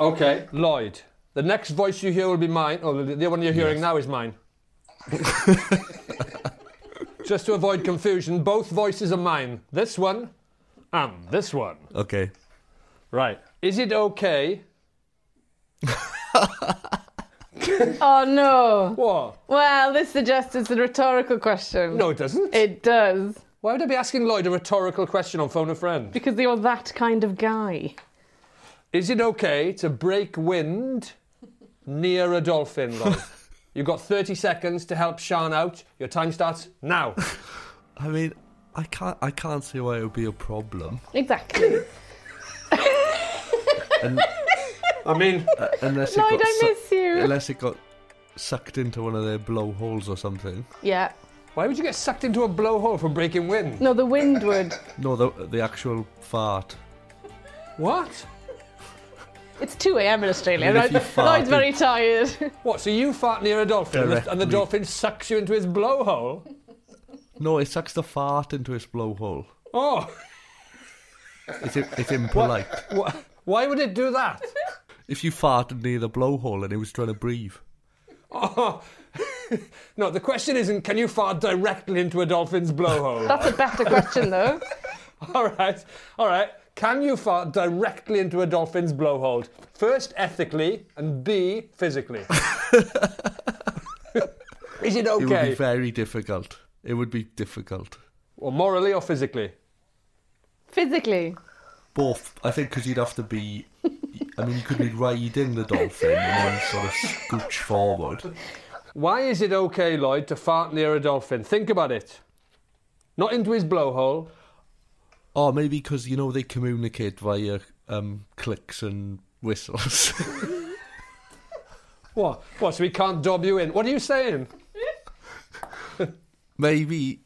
B: Okay, Lloyd. The next voice you hear will be mine. Oh, the, the one you're hearing now is mine. Just to avoid confusion, both voices are mine. This one and this one.
E: Okay.
B: Right. Is it okay?
D: Oh no.
B: What?
D: Well, this suggests it's a rhetorical question.
B: No, it doesn't.
D: It does.
B: Why would I be asking Lloyd a rhetorical question on Phone a Friend?
D: Because you're that kind of guy.
B: Is it okay to break wind near a dolphin, Lloyd? You've got 30 seconds to help Sean out. Your time starts now.
E: I mean, I can't I can't see why it would be a problem.
D: Exactly.
E: And,
B: I mean,
E: uh, unless it
D: Lloyd,
E: got
D: I miss you.
E: Unless it got sucked into one of their blowholes or something.
D: Yeah.
B: Why would you get sucked into a blowhole from breaking wind?
D: No, the wind would.
E: No, the the actual fart.
B: What?
D: It's 2 a.m. in Australia.
E: And if
D: Lloyd,
E: you fart,
D: Lloyd's
E: it-
D: very tired.
B: What, so you fart near a dolphin and the, and the
E: Directly.
B: dolphin sucks you into his blowhole?
E: No, it sucks the fart into its blowhole.
B: Oh,
E: It's i- it's impolite.
B: wh- why would it do that?
E: If you farted near the blowhole and it was trying to breathe.
B: Oh. no, the question isn't can you fart directly into a dolphin's blowhole?
D: That's a better question, though.
B: All right, all right. Can you fart directly into a dolphin's blowhole? First, ethically, and B, physically. Is it
E: It would be
B: okay?
E: very difficult. It would be difficult.
B: or morally or physically?
D: Physically.
E: Both, I think, because you'd have to be. I mean, you could be riding the dolphin and then sort of scooch forward.
B: Why is it okay, Lloyd, to fart near a dolphin? Think about it. Not into his blowhole.
E: Or maybe because you know they communicate via um, clicks and whistles.
B: What? What? So we can't dob you in? What are you saying?
E: maybe,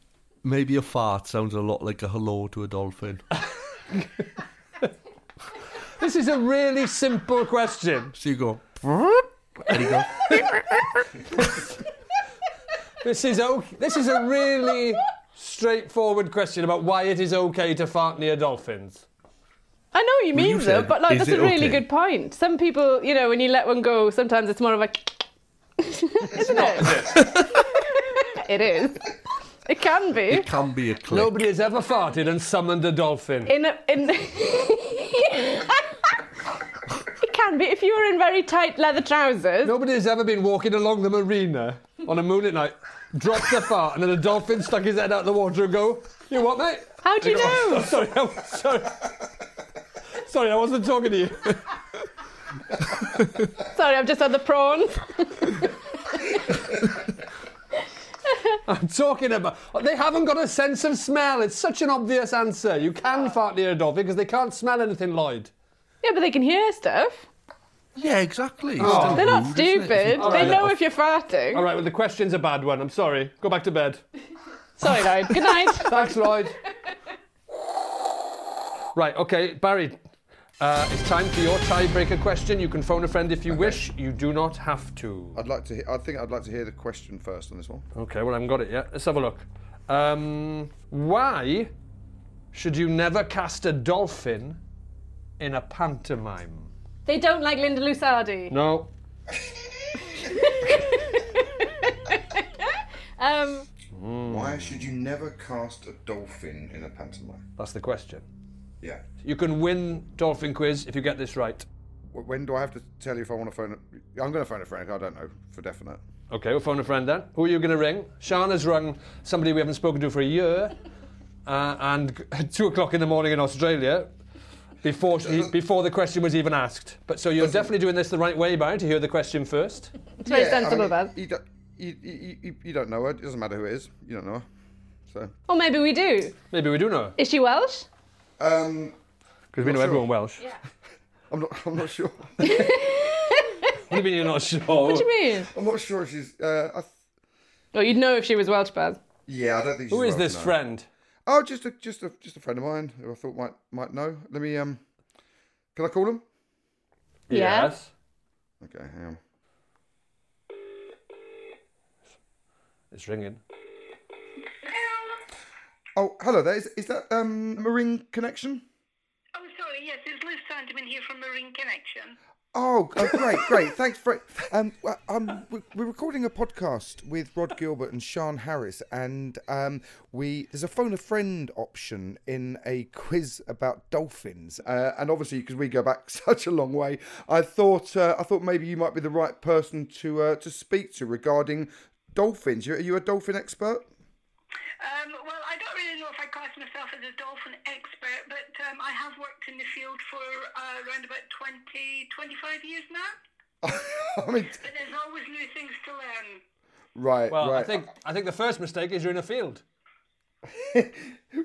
E: maybe a fart sounds a lot like a hello to a dolphin.
B: This is a really simple question.
E: So you go. And you go.
B: This is okay. This is a really straightforward question about why it is okay to fart near dolphins.
D: I know what you
B: Well,
D: mean,
B: you
D: though,
B: said,
D: but like,
B: is
D: that's
B: it
D: a really
B: okay?
D: good point. Some people, you know, when you let one go, sometimes it's more of a. Isn't it? it is. It can be.
L: It can be a clip.
B: Nobody has ever farted and summoned a dolphin.
D: in a, in it can be if you were in very tight leather trousers
B: Nobody has ever been walking along the marina on a moonlit night, dropped a fart, and then a dolphin stuck his head out the water and go, "You what, mate?"
D: How do
B: And
D: you
B: go, "Oh,
D: know?
B: sorry, I was, sorry, sorry, I wasn't talking to you.
D: sorry i've just had the prawns
B: I'm talking about. They haven't got a sense of smell. It's such an obvious answer. You can fart near a dolphin because they can't smell anything, Lloyd.
D: yeah but they can hear stuff
L: yeah exactly
E: Oh.
B: It's still
D: they're not
E: Mm,
B: rude, isn't it?
D: stupid
B: All
D: they
B: right.
D: know if you're farting
B: All right, well the question's a bad one. I'm sorry. Go back to bed.
D: sorry lloyd good night
B: thanks lloyd Right, okay, Barry. Uh, it's time for your tiebreaker question. You can phone a friend if you wish. You do not have to.
E: I'd like to. He- I think I'd like to hear the question first on this one.
B: Okay, well I haven't got it yet. Let's have a look. Um, why should you never cast a dolphin in a pantomime?
D: they don't like linda lusardi
B: No.
D: um
E: Why should you never cast a dolphin in a pantomime?
B: That's the question.
E: Yeah.
B: You can win dolphin quiz if you get this right.
E: W- When do I have to tell you if I want to phone? A- I'm going to phone a friend. I don't know for definite.
B: Okay, we'll phone a friend then. Who are you going to ring? Shana's rung somebody we haven't spoken to for a year, uh, and g- at two o'clock in the morning in Australia, before she, before the question was even asked. But so you're definitely doing this the right way, Barry, to hear the question first.
D: it's very sensible
E: I
D: then.
E: mean, you, don't, you, you, you, you don't know her. It doesn't matter who it is. You don't know her. So
D: or maybe we do
B: maybe we do know
D: is she welsh
E: um,
B: because we know
E: sure.
B: everyone Welsh.
E: I'm not. I'm not sure.
B: What do you mean you're not sure?
D: what do you mean
E: I'm not sure if she's. Uh, I th-
D: well you'd know if she was welsh baz
E: yeah, I don't think. She's
B: Who is
E: Welsh,
B: this
E: no.
B: friend?
E: Oh, just a just a just a friend of mine who I thought might might know. Let me um. Can I call him?
D: Yeah.
B: Yes.
E: Okay, hang on.
B: It's ringing.
E: Oh, hello there. Is, is that um Marine Connection?
A: Oh, sorry, yes, it's Liz Sandeman here from Marine Connection.
E: Oh, oh, great, great. Thanks for um, well, um, we- we're recording a podcast with Rod Gilbert and Sean Harris, and um, we there's a phone a friend option in a quiz about dolphins, uh, and obviously because we go back such a long way, I thought uh, I thought maybe you might be the right person to uh, to speak to regarding dolphins. You, are you a dolphin expert?
A: Um, well, I don't really know if I class myself as a dolphin expert, but um, I have worked in the field for uh, around about 20, 25 years now.
E: I mean,
A: But there's always new things to learn.
E: right,
B: Well,
E: right.
B: I think I think the first mistake is you're in a field.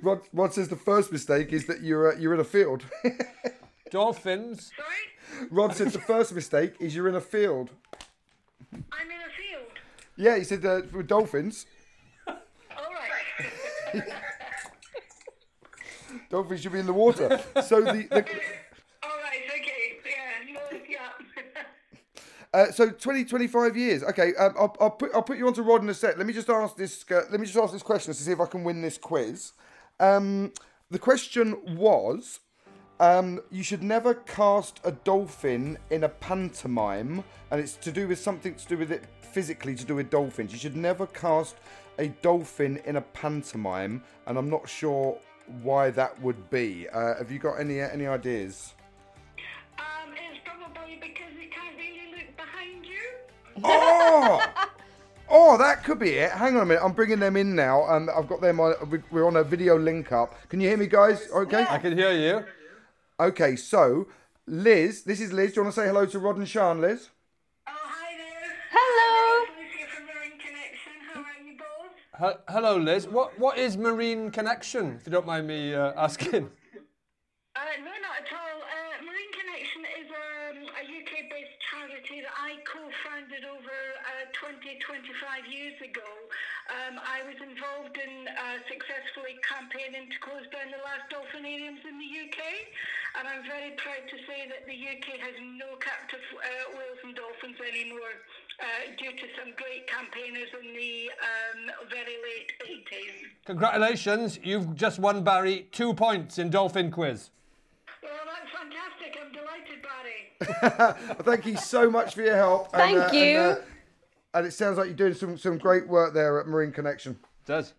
E: Rod, Rod says the first mistake is that you're uh, you're in a field.
B: Dolphins.
E: Rod said the first mistake is you're in a field.
A: I'm in a field.
E: Yeah, he said uh, for dolphins.
A: All right.
E: Dolphins should be in the water. So the, the
A: All right, okay. Yeah, no, yeah.
E: uh, so 20, 25 years. Okay, um, I'll, I'll put I'll put you onto Rod in a sec. Let me just ask this. Uh, let me just ask this question to see if I can win this quiz. Um, the question was, um, you should never cast a dolphin in a pantomime, and it's to do with something to do with it physically to do with dolphins. You should never cast a dolphin in a pantomime, and I'm not sure why that would be. Uh, have you got any any ideas?
A: um, it's probably because you can't really look behind you.
E: Oh, oh, that could be it. Hang on a minute. I'm bringing them in now. Um, I've got them on. we- We're on a video link up. Can you hear me, guys? Okay. I
B: can hear you.
E: Okay, so Liz, this is Liz. Do you want to say hello to Rod and Sean, Liz?
D: Hello.
B: He- hello, Liz. What what is Marine Connection? If you don't mind me uh, asking.
A: Uh, no, not at all. Uh, Marine Connection is um, a UK based charity that I co founded over uh, 20, 25 years ago. Um, I was involved in uh, successfully campaigning to close down the last dolphinariums in the UK, and I'm very proud to say that the UK has no captive uh, whales and dolphins anymore uh, due to some great campaigners in the um, very late 80s.
B: Congratulations, you've just won Barry two points in Dolphin Quiz.
A: Well, that's fantastic. I'm delighted, Barry.
E: Thank you so much for your help.
A: Thank you.
E: uh, And it sounds like you're doing some, some great work there at Marine Connection.
G: does.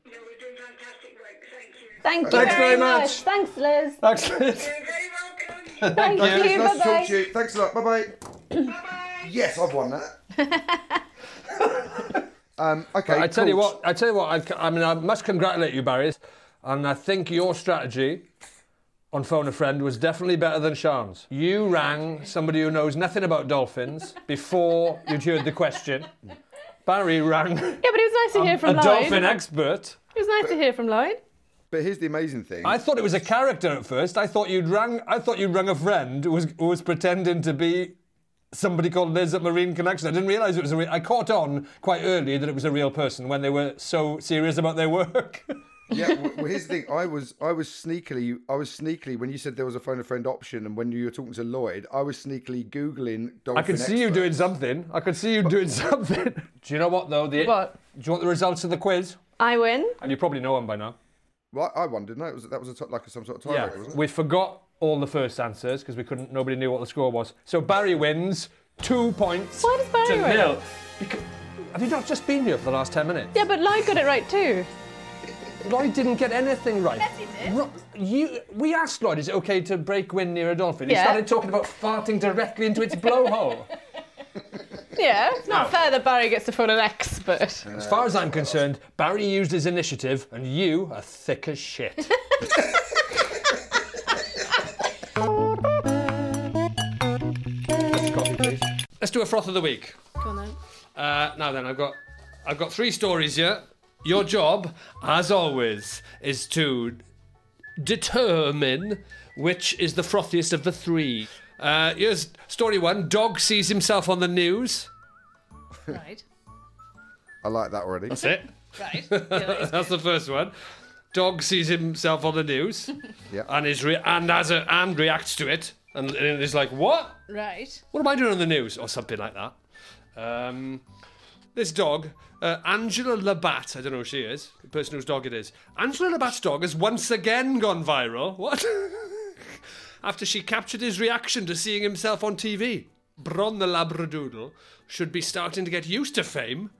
D: Thank you
E: Thanks
D: very
E: very
D: much.
E: much.
D: Thanks, Liz.
G: Thanks, Liz.
D: Thank Thank you. you.
E: It's nice to
D: Bye-bye.
E: talk to you. Thanks a lot. Bye bye. Yes, I've won that. um, okay.
G: I tell you
E: cool.
G: what. I tell you what. I've, I mean, I must congratulate you, Barry, and I think your strategy on phone a friend was definitely better than Sean's. You rang somebody who knows nothing about dolphins before you'd heard the question. Barry rang
D: Yeah, but it was nice to hear
G: a
D: from Lloyd.
G: dolphin expert.
D: It was nice to hear from Lloyd.
E: But here's the amazing thing.
G: I thought it was a character at first. I thought you'd rang. I thought you'd rung a friend who was who was pretending to be somebody called Liz at Marine Connection. I didn't realise it was a. Re- I caught on quite early that it was a real person when they were so serious about their work.
E: yeah, w- well, here's the thing. I was I was sneakily I was sneakily when you said there was a phone a friend option, and when you were talking to Lloyd, I was sneakily googling.
G: I
E: Dolphin
G: could see you
E: expert.
G: doing something. I could see you doing something. Do you know what though? The,
D: What?
G: Do you want the results of the quiz?
D: I win.
G: And you probably know them by now.
E: Well, I won, didn't I? It was, that was a t- like some sort of tiebreaker,
G: yeah,
E: wasn't it?
G: we forgot all the first answers because we couldn't. Nobody knew what the score was. So Barry wins two points. Why does
D: Barry
G: to
D: win?
G: Nil. Because- have you not just been here for the last ten minutes?
D: Yeah, but Lloyd got it right too.
G: Lloyd didn't get anything right. Yes, he did. you, we asked Lloyd, is it okay to break wind near a dolphin? He
D: Yeah.
G: started talking about farting directly into its blowhole.
D: Yeah, it's not fair that Barry gets to phone an expert.
G: As far as I'm concerned, Barry used his initiative, and you are thick as shit. Coffee, please. Let's do a froth of the week.
D: Go on then.
B: Uh, now then, I've got I've got three stories here. Your job, as always, is to determine which is the frothiest of the three. Uh, here's story one: dog sees himself on the news.
D: Right.
E: I like that already.
B: That's it.
D: Right.
B: That's the first one. Dog sees himself on the news,
E: Yeah.
B: and is re- and has a, and reacts to it, and, and is like, "What?
D: Right.
B: What am I doing on the news?" or something like that. Um, this dog, uh, Angela Labatt, I don't know who she is, the person whose dog it is. Angela Labatt's dog has once again gone viral. What? After she captured his reaction to seeing himself on TV. Bron the Labradoodle should be starting to get used to fame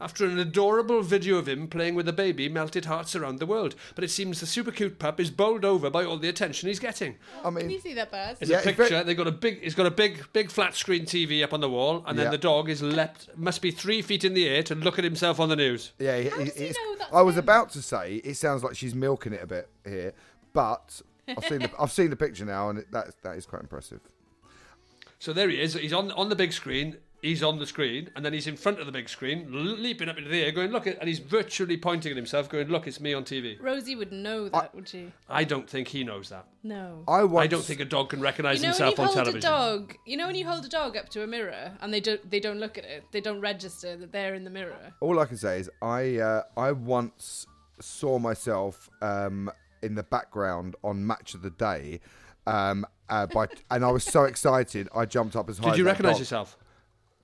B: after an adorable video of him playing with a baby melted hearts around the world. But it seems the super cute pup is bowled over by all the attention he's getting.
E: I mean,
D: Can you see that, Baz?
B: It's
E: Yeah,
B: a
E: it's
B: picture.
E: very-
B: They've got a big. It's got a big, big flat screen TV up on the wall, and then
E: Yeah.
B: the dog is leapt. Must be three feet in the air to look at himself on the news.
E: Yeah, it- it- it's, I was about to say it sounds like she's milking it a bit here, but I've seen the, I've seen the picture now, and it, that that is quite impressive.
B: So there he is. He's on on the big screen. He's on the screen, and then he's in front of the big screen, leaping up into the air, going, "Look!" at-" And he's virtually pointing at himself, going, "Look, it's me on TV."
D: Rosie would know that, would she?
B: I don't think he knows that.
D: No.
E: I
B: I
E: once-
B: don't think a dog can recognise
D: You know when you
B: himself on
D: hold
B: television.
D: a dog, you know when you hold a dog up to a mirror and they don't they don't look at it, they don't register that they're in the mirror.
E: All I can say is I uh, I once saw myself um, in the background on Match of the Day, um, uh, by, and I was so excited I jumped up as high.
B: Did
E: as
B: you
E: that
B: recognise
E: dog.
B: yourself?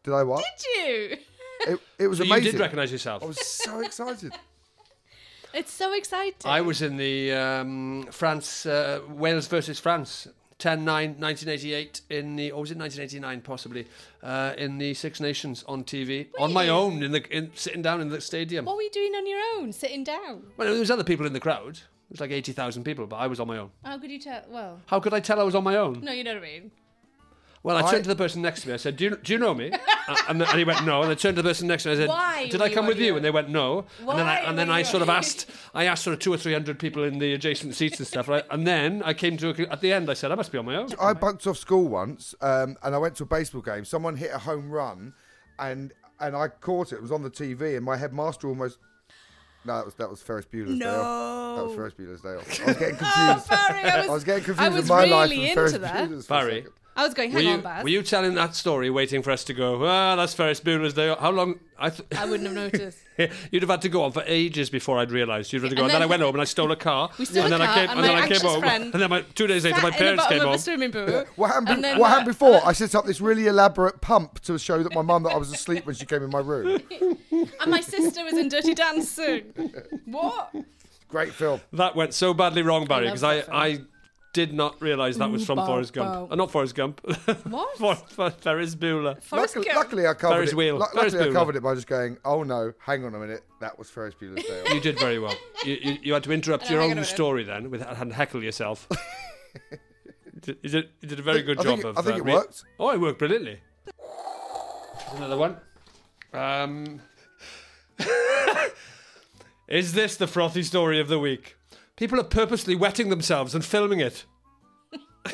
E: Did I what?
D: You.
E: It, it was
B: So
E: amazing.
B: You did recognise yourself.
E: I was so excited.
D: It's so exciting.
B: I was in the um, France, uh, Wales versus France, 10 9, 1988, in the, or was it 1989 possibly, uh, in the Six Nations on TV, on my
D: Really?
B: own, in the in, sitting down in the stadium.
D: What were you doing on your own, sitting down?
B: Well, there was other people in the crowd. It was like 80,000 people, but I was on my own.
D: How could you tell? Well,
B: How could I tell I was on my own?
D: no, you know what I mean.
B: Well, I
E: I-
B: turned to the person next to me. I said, "Do you, do you know me?" Uh, and, and he went, "No." And I turned to the person next to me. I said,
D: Why
B: "Did
D: were
B: I
D: you
B: come
D: on
B: with you?"
D: your-
B: And they went, "No." and then I,
D: Why
B: and then
D: were
B: I
D: you
B: sort of
D: on-
B: asked, I asked sort of two or three hundred people in the adjacent seats and stuff. Right? And then I came to a, at the end. I said, "I must be on my own."
E: I bunked off school once, um, and I went to a baseball game. Someone hit a home run, and and I caught it. It was on the TV, and my headmaster almost. No, that was that was Ferris Bueller's day off. That was
D: No.
E: Ferris Bueller's day off. I was getting confused.
D: Barry, I was,
E: getting confused
D: I
E: with
D: was
E: my
D: really
E: life and
D: into
E: Ferris
D: that.
E: Bueller's for a
B: Barry,
E: second.
D: I was going,
B: were
D: hang
B: you,
D: on, Baz.
B: were you telling that story, waiting for us to go? Ah, that's Ferris Bueller's Day. Off." How long? I, th-
D: I wouldn't have noticed.
B: You'd have had to go on for ages before I'd realised you'd have to go.
D: And
B: And, then,
D: then-
B: I went home and I stole a car.
D: We stole
B: and
D: a
B: then
D: car
B: I came,
D: and
B: and then
D: my
B: I came
D: anxious
B: home.
D: friend
B: And then my, two days later,
D: Sat
B: my
D: in the
B: parents
D: bottom
B: came
D: of
B: home.
D: a swimming pool.
E: What happened?
D: And then-
E: what happened before? I set up this really elaborate pump to show that my mum that I was asleep when she came in my room.
D: And my sister was in Dirty Dancing. what?
E: Great film.
B: That went so badly wrong, Barry,
D: love
B: because I,
D: that film.
B: I did not realise that was
E: Ooh,
B: from
E: bow,
B: Forrest Gump.
E: bow.
B: Uh, not Forrest Gump.
D: What?
B: For, for Ferris Bueller.
E: luckily, luckily I covered
B: Ferris
E: it.
B: Wheel.
E: Lu-
B: Ferris
E: luckily I
B: Bueller.
E: covered it by just going, "Oh no, hang on a minute, that was Ferris Bueller's Day Off."
B: You did very well. You, you, you had to interrupt
E: And
B: your
E: hang on
B: own
E: a minute.
B: story then with, and heckle yourself. you, did, you did a very good
E: I
B: job
E: think it-
B: of
E: I think
B: uh,
E: it
B: re-
E: worked.
B: Oh, it worked brilliantly. Here's Another one. Um, is this the frothy story of the week? People are purposely wetting themselves and filming it.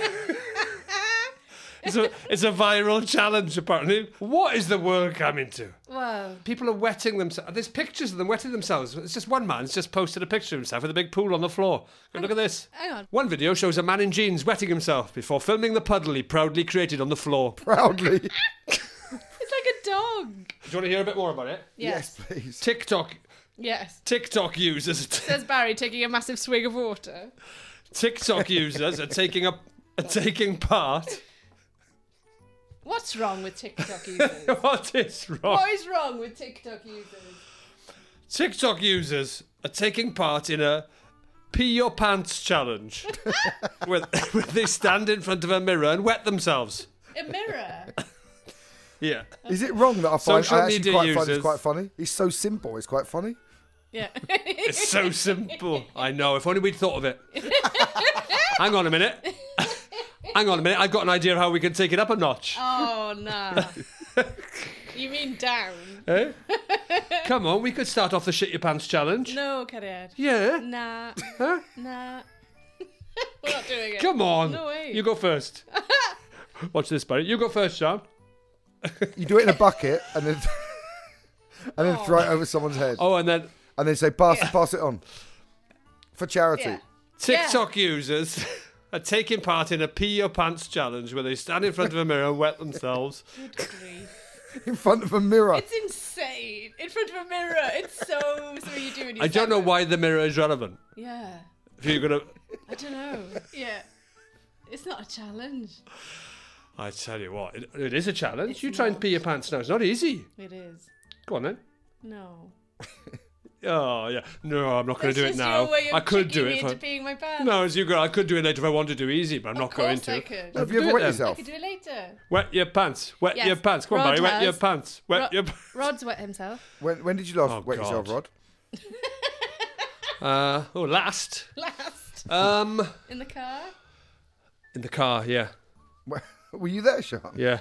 B: it's, a, it's a viral challenge, apparently. What is the world coming to?
D: Wow.
B: People are wetting themselves. There's pictures of them wetting themselves. It's just one man's just posted a picture of himself with a big pool on the floor. Go, look at this.
D: Hang on.
B: One video shows a man in jeans wetting himself before filming the puddle he proudly created on the floor.
E: Proudly? Do
D: It's like a dog.
B: you want to hear a bit more about it?
D: Yes.
E: please.
B: TikTok
D: Yes.
B: TikTok users
D: Says Barry taking a massive swig of water.
B: TikTok users are taking up are taking part.
D: What's wrong with TikTok users?
B: what is wrong?
D: what is wrong with TikTok users?
B: TikTok users are taking part in a pee your pants challenge, where, where they stand in front of a mirror and wet themselves.
D: A mirror.
B: Yeah.
E: Is it wrong that I find
B: Social
E: I actually
B: media
E: quite find
B: users.
E: it's quite funny? It's so simple. It's quite funny.
D: Yeah.
B: It's so simple. I know. If only we'd thought of it. Hang on a minute. Hang on a minute. I've got an idea of how we can take it up a notch.
D: Oh no. you mean down?
B: Eh? Come on, we could start off the shit your pants challenge.
D: No, Cariad.
B: Yeah.
D: Nah.
B: Huh?
D: Nah. We're not doing it.
B: Come on.
D: No way.
B: You go first. Watch this, buddy. You go first, Sean.
E: You do it in a bucket and then and then throw it over someone's head.
B: Oh, and then
E: and then say, "Pass, pass it on for charity."
B: TikTok users are taking part in a pee your pants challenge where they stand in front of a mirror and wet themselves.
E: in front of a mirror.
D: It's insane. In front of a mirror. It's so something you do when you
B: I don't know why the mirror is relevant.
D: Yeah.
B: If you're gonna,
D: I don't know. Yeah. It's not a challenge.
B: I tell you what, it, it is a challenge. you try and pee your pants now. It's not easy.
D: It is.
B: Go on then.
D: No.
B: Oh yeah, no, I'm not going
D: That's
B: to do it
D: just
B: now.
D: your way of
B: I could
D: tricking
B: do
D: me
B: it.
D: into peeing my pants.
B: No, as you go, I could do it later if I wanted to. Easy, but I'm not
D: Of
B: going
D: course
B: to.
D: I could.
B: Do it then.
D: I could do it later.
B: Wet your pants. Wet
D: Yes.
B: your pants. Come on,
D: Rod
B: Barry. Wet
D: has.
B: your pants. Wet
D: Ro-
B: your.
D: Rod's wet himself.
E: When when did you
B: Oh,
E: last wet yourself, Rod?
B: Uh, oh, last
D: Last.
B: Um.
D: In the car?
B: in the car. Yeah,
E: Were you there, Sean?
B: yeah.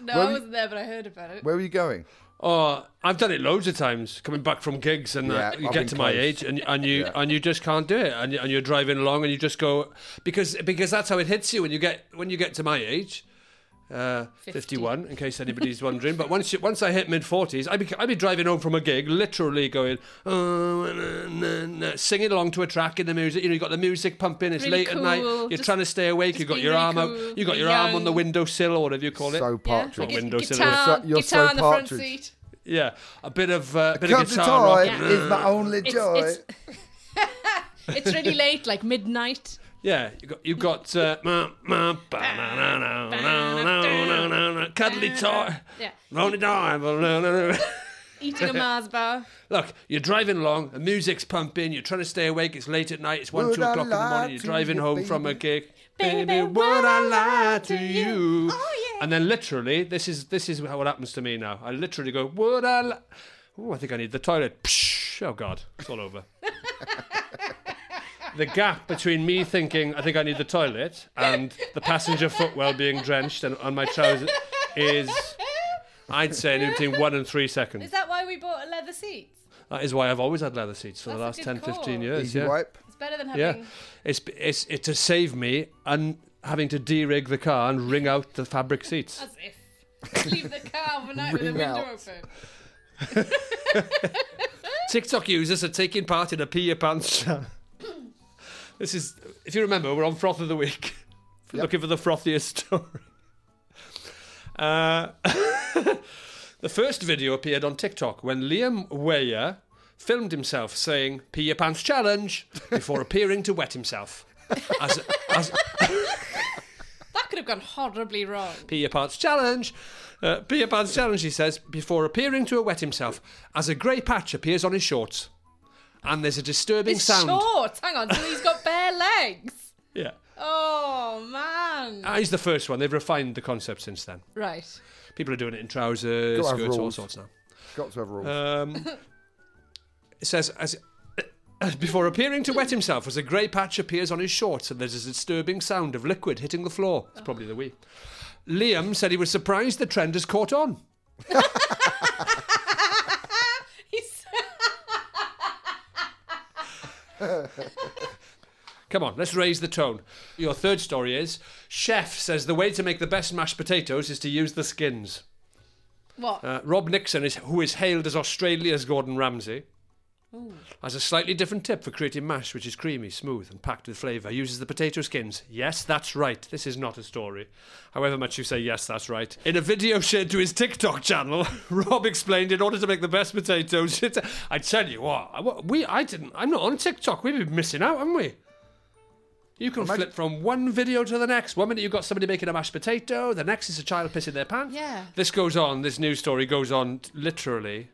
D: No,
B: Where
D: I
B: we-
D: wasn't there, but I heard about it.
E: Where were you going?
B: Oh, I've done it loads of times. Coming back from gigs, and
E: Yeah,
B: uh, you
E: I've
B: get
E: been
B: to my
E: close.
B: age, and and you and you just can't do it, and, you- and you're driving along, and you just go because because that's how it hits you when you get when you get to my age, uh, fifty one. In case anybody's wondering, but once you, once I hit mid forties, I'd be I'd be driving home from a gig, literally going oh, na, na, na," singing along to a track in the music. You know, you have got the music pumping. It's
D: Really
B: late at night.
D: cool,
B: You're
D: just-
B: trying to stay awake.
D: just
B: You've got
D: being
B: your
D: really
B: arm
D: cool,
B: out. You've got
D: being
B: your arm on the
D: young.
B: windowsill or whatever you call it.
E: So partridge.
B: Not windowsill.
D: guitar,
E: you're so
D: guitar on the front
E: partridge.
D: seat.
B: Yeah, a bit of uh, a bit
E: Because
B: of guitar rock.
E: guitar is my only
D: It's-
E: joy.
D: it's- It's really late, like midnight.
B: Yeah, you got you got uh, ma- ma- ba- na- na- na- na- na- na- na- na- cuddly toy,
D: Yeah.
B: lonely diver. na- na- na.
D: Eating a Mars bar.
B: Look, you're driving along, the music's pumping, you're trying to stay awake. It's late at night, it's one,
D: Would
B: two
D: I
B: o'clock in the
D: lie
B: morning. You're
D: to
B: driving
D: you,
B: home from a gig.
D: Baby,
B: would I lie to you?
D: Oh,
B: And then literally, this is this is how it happens to me now. I literally go, would I? Li-? Oh, I think I need the toilet. Psh, oh God, it's all over. the gap between me thinking I think I need the toilet and the passenger footwell being drenched and on my trousers is, I'd say, anywhere between one and three seconds.
D: Is that why we bought a leather seat?
B: That is why I've always had leather seats for the last
D: That's
B: 10,
D: a good call.
B: 15 years.
E: Easy
B: yeah.
E: wipe.
D: It's better than
B: Yeah.
D: having.
B: It's, it's it to save me and having to de-rig the car and wring out the fabric seats.
D: As if. Leave the car overnight with the
B: Ring
D: window
B: out.
D: open.
B: TikTok users are taking part in a pee your pants challenge. this is, if you remember, we're on froth of the week, looking for the frothiest story. Uh, the first video appeared on TikTok when Liam Weyer filmed himself saying "pee your pants challenge" before appearing to wet himself. As, as,
D: That could have gone horribly wrong.
B: Pee Your Pants Challenge. Uh, Pee Your Pants Challenge, he says, before appearing to wet himself, as a grey patch appears on his shorts. And there's a disturbing
D: It's
B: sound.
D: short. Hang on, so he's got bare legs.
B: Yeah.
F: Oh, man.
B: Ah, he's the first one. They've refined the concept since then.
F: Right.
B: People are doing it in trousers,
E: Gotta have
B: skirts, all
E: rules.
B: sorts now.
E: Got to have rules.
B: Um, it says as before appearing to wet himself, as a grey patch appears on his shorts, and there's a disturbing sound of liquid hitting the floor. It's probably the wee. Liam said he was surprised the trend has caught on.
F: He's-
B: Come on, let's raise the tone. Your third story is Chef says the way to make the best mashed potatoes is to use the skins.
F: what?
B: Uh, Rob Nixon is who is hailed as Australia's Gordon Ramsay. Has a slightly different tip for creating mash, which is creamy, smooth, and packed with flavour. Uses the potato skins. Yes, that's right. This is not a story. However much you say yes, that's right. In a video shared to his TikTok channel, Rob explained in order to make the best potatoes, it's- I tell you what, I- what, we I didn't. I'm not on TikTok. We've been missing out, haven't we? You can flip from one video to the next. One minute you've got somebody making a mashed potato, the next is a child pissing their pants.
F: Yeah.
B: This goes on, this news story goes on t- literally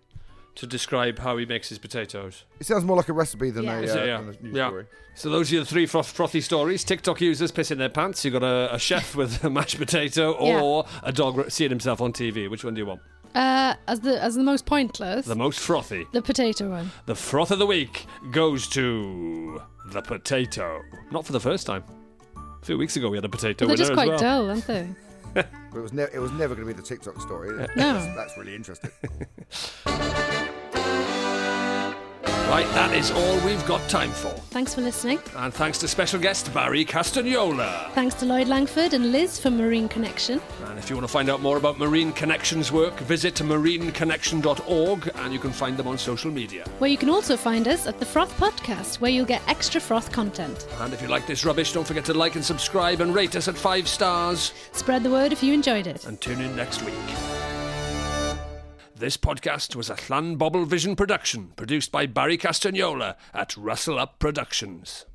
B: to describe how he makes his potatoes.
E: It sounds more like a recipe than a,
B: Is
E: uh,
B: it? yeah.
E: than a news
B: Yeah.
E: story.
B: So those are the three froth- frothy stories. TikTok users pissing their pants. You've got a, a chef with a mashed potato
F: Yeah.
B: or a dog r- seeing himself on TV. Which one do you want?
F: Uh, as the as the most pointless,
B: The
F: the,
B: most frothy.
F: potato one.
B: The froth of the week goes to the potato. Not for the first time. A few weeks ago we had a potato
F: But they're
B: winner
F: just quite
B: as well.
F: dull, aren't they?
E: But it was, ne- it was never going to be the TikTok story. No. That's, that's really interesting.
B: Right, that is all we've got time for.
F: Thanks for listening.
B: And thanks to special guest Barry Castagnola.
F: Thanks to Lloyd Langford and Liz from Marine Connection.
B: And if you want to find out more about Marine Connection's work, visit marineconnection.org and you can find them on social media.
F: Where you can also find us at the Froth Podcast, where you'll get extra froth content.
B: And if you like this rubbish, don't forget to like and subscribe and rate us at five stars.
F: Spread the word if you enjoyed it.
B: And tune in next week. This podcast was a Llan Bobble Vision production, produced by Barry Castagnola at Rustle Up Productions.